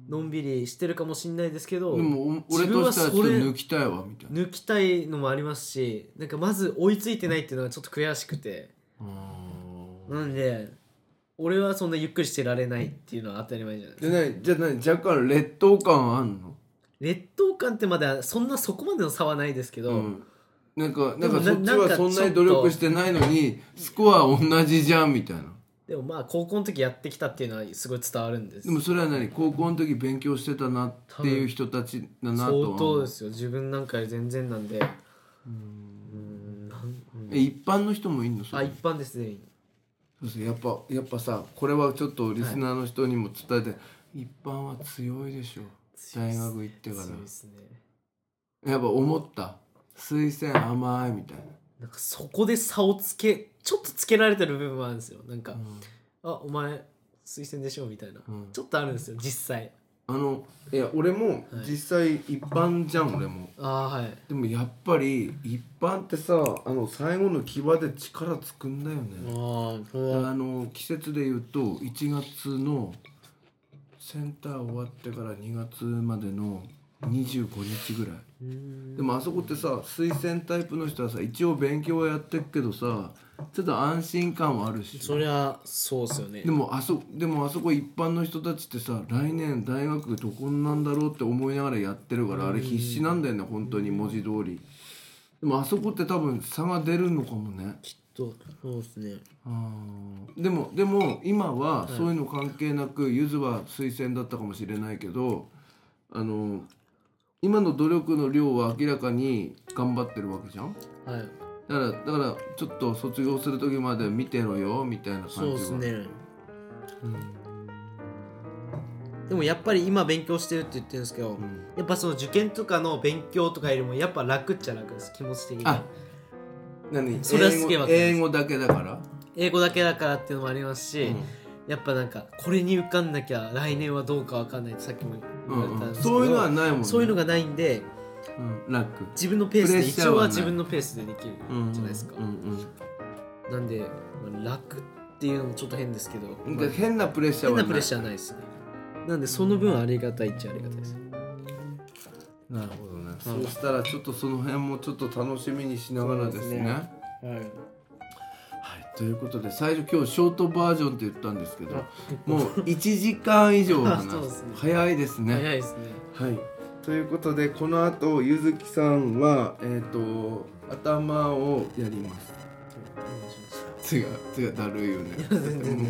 Speaker 3: のんびりしてるかもしんないですけど
Speaker 2: でもお俺
Speaker 3: 自分
Speaker 2: と
Speaker 3: は
Speaker 2: してはちょっと抜きたいわみたいな
Speaker 3: 抜きたいのもありますしなんかまず追いついてないっていうのがちょっと悔しくて
Speaker 2: うん
Speaker 3: なんで俺はそんなゆっくりしてられないっていうのは当たり前じゃないです
Speaker 2: で
Speaker 3: か
Speaker 2: 何じゃあ何若干劣等感あんの
Speaker 3: 劣等感ってまだそんなそこまでの差はないですけど、
Speaker 2: うんなんかな
Speaker 3: で
Speaker 2: ん
Speaker 3: も
Speaker 2: かそっち
Speaker 3: ななん
Speaker 2: は
Speaker 3: か
Speaker 2: そんな
Speaker 3: ちょ
Speaker 2: に
Speaker 3: っ
Speaker 2: 努
Speaker 3: と
Speaker 2: 力してないのにスコア同じじゃんみたいな
Speaker 3: でもまあ高校の時やってきたっていうのはすごい伝わるんです
Speaker 2: でもそれは何高校の時勉強してたなっていう人たちだなとは思
Speaker 3: 相
Speaker 2: う
Speaker 3: 当ですよ自分なんかより全然なんでうんなんうん
Speaker 2: え一般の人もいんのそ
Speaker 3: あ
Speaker 2: れ
Speaker 3: 一般です全員
Speaker 2: そうそうやっぱやっぱさこれはちょっとリスナーの人にも伝えて、一般は強いでしょ
Speaker 3: 強いっす
Speaker 2: 大学行ってから
Speaker 3: 強いですね
Speaker 2: やっぱ思った推薦甘いみたい
Speaker 3: なんかそこで差をつけちょっとつけられてる部分はあるんですよなんか、
Speaker 2: な、うん
Speaker 3: あお前推薦でしょみたいな、
Speaker 2: うん
Speaker 3: ちょっとあるんですよ実際
Speaker 2: あのいや俺も
Speaker 3: はい
Speaker 2: 実際一般じゃん、俺も
Speaker 3: ああはい
Speaker 2: でもやっぱり一般ってさあの最後の牙で力つくんだよね、
Speaker 3: ああこれ
Speaker 2: あの季節で言うと1月のセンター終わってから2月までの25日ぐらいでもあそこってさ推薦タイプの人はさ一応勉強はやってるけどさちょっと安心感はあるし
Speaker 3: そりゃそうっすよね
Speaker 2: でもあそでもあそこ一般の人たちってさ来年大学どこになんだろうって思いながらやってるからあれ必死なんだよね本当に文字通りでもあそこって多分差が出るのかもね
Speaker 3: きっとそうっすね
Speaker 2: あーでもでも今はそういうの関係なくゆずは推薦だったかもしれないけどあの今の努力の量は明らかに頑張ってるわけじゃん
Speaker 3: はい
Speaker 2: だからだからちょっと卒業する時まで見てろよみたいな感じは
Speaker 3: そうっすね、でもやっぱり今勉強してるって言ってるんですけど、
Speaker 2: ん
Speaker 3: やっぱその受験とかの勉強とかよりもやっぱ楽っちゃ楽です気持ち的に
Speaker 2: あ何
Speaker 3: それはすげえわかる
Speaker 2: 英語英語だけだから
Speaker 3: 英語だけだからっていうのもありますし、
Speaker 2: うん
Speaker 3: やっぱなんかこれに受かんなきゃ来年はどうかわかんないってさっきも言われた
Speaker 2: うん
Speaker 3: ん
Speaker 2: うん
Speaker 3: ですけど、
Speaker 2: そういうのはないもんね
Speaker 3: そういうのがないんで
Speaker 2: うん楽
Speaker 3: 自分のペース
Speaker 2: プ
Speaker 3: で
Speaker 2: レッシャ
Speaker 3: 一
Speaker 2: ーは
Speaker 3: 応
Speaker 2: ない
Speaker 3: は自分のペースでできるじゃないですか、
Speaker 2: うんうん
Speaker 3: なんで、まあ楽っていうのもちょっと変ですけど、
Speaker 2: うん
Speaker 3: まあ
Speaker 2: で変なプレッシャー
Speaker 3: 変
Speaker 2: はな
Speaker 3: ないプレッシャーはないですねなんでその分ありがたいっちゃありがたいです
Speaker 2: なるほどね、そうしたらちょっとその辺もちょっと楽しみにしながらです
Speaker 3: そうです
Speaker 2: ね
Speaker 3: ねはい
Speaker 2: はい、ということで最初今日ショートバージョンって言ったんですけどもう1時間以上話
Speaker 3: そうですすね
Speaker 2: 早いですね
Speaker 3: 早いですね
Speaker 2: はい、ということでこの後ゆずきさんは、えー、と頭をやります
Speaker 3: お願いします
Speaker 2: 違う違うだるいよね
Speaker 3: 全然全然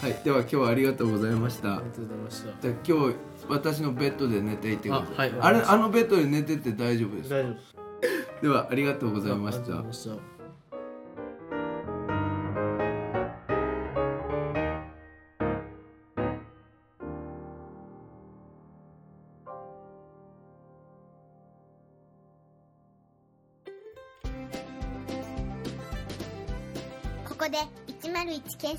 Speaker 2: はいでは今日はありがとうございまし
Speaker 3: あ
Speaker 2: た
Speaker 3: りがとうございました
Speaker 2: じゃあ今日私のベッドで寝ていてください
Speaker 3: あはい
Speaker 2: あれあのベッドで寝てて大丈夫です
Speaker 3: 大丈夫
Speaker 2: ではありがとうございま
Speaker 3: あり
Speaker 2: し
Speaker 3: がとうござ
Speaker 2: た
Speaker 3: いました
Speaker 1: ここで101ケン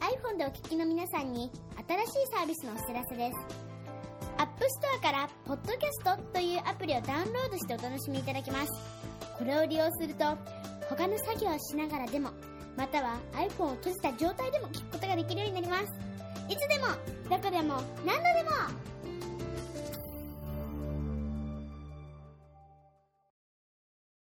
Speaker 1: iPhone でお聞きの皆さんに新しいサービスのお知らせです App Store から「Podcast」というアプリをダウンロードしてお楽しみいただけますこれを利用すると他の作業をしながらでもまたは iPhone を閉じた状態でも聞くことができるようになりますいつでもどこでも何度でも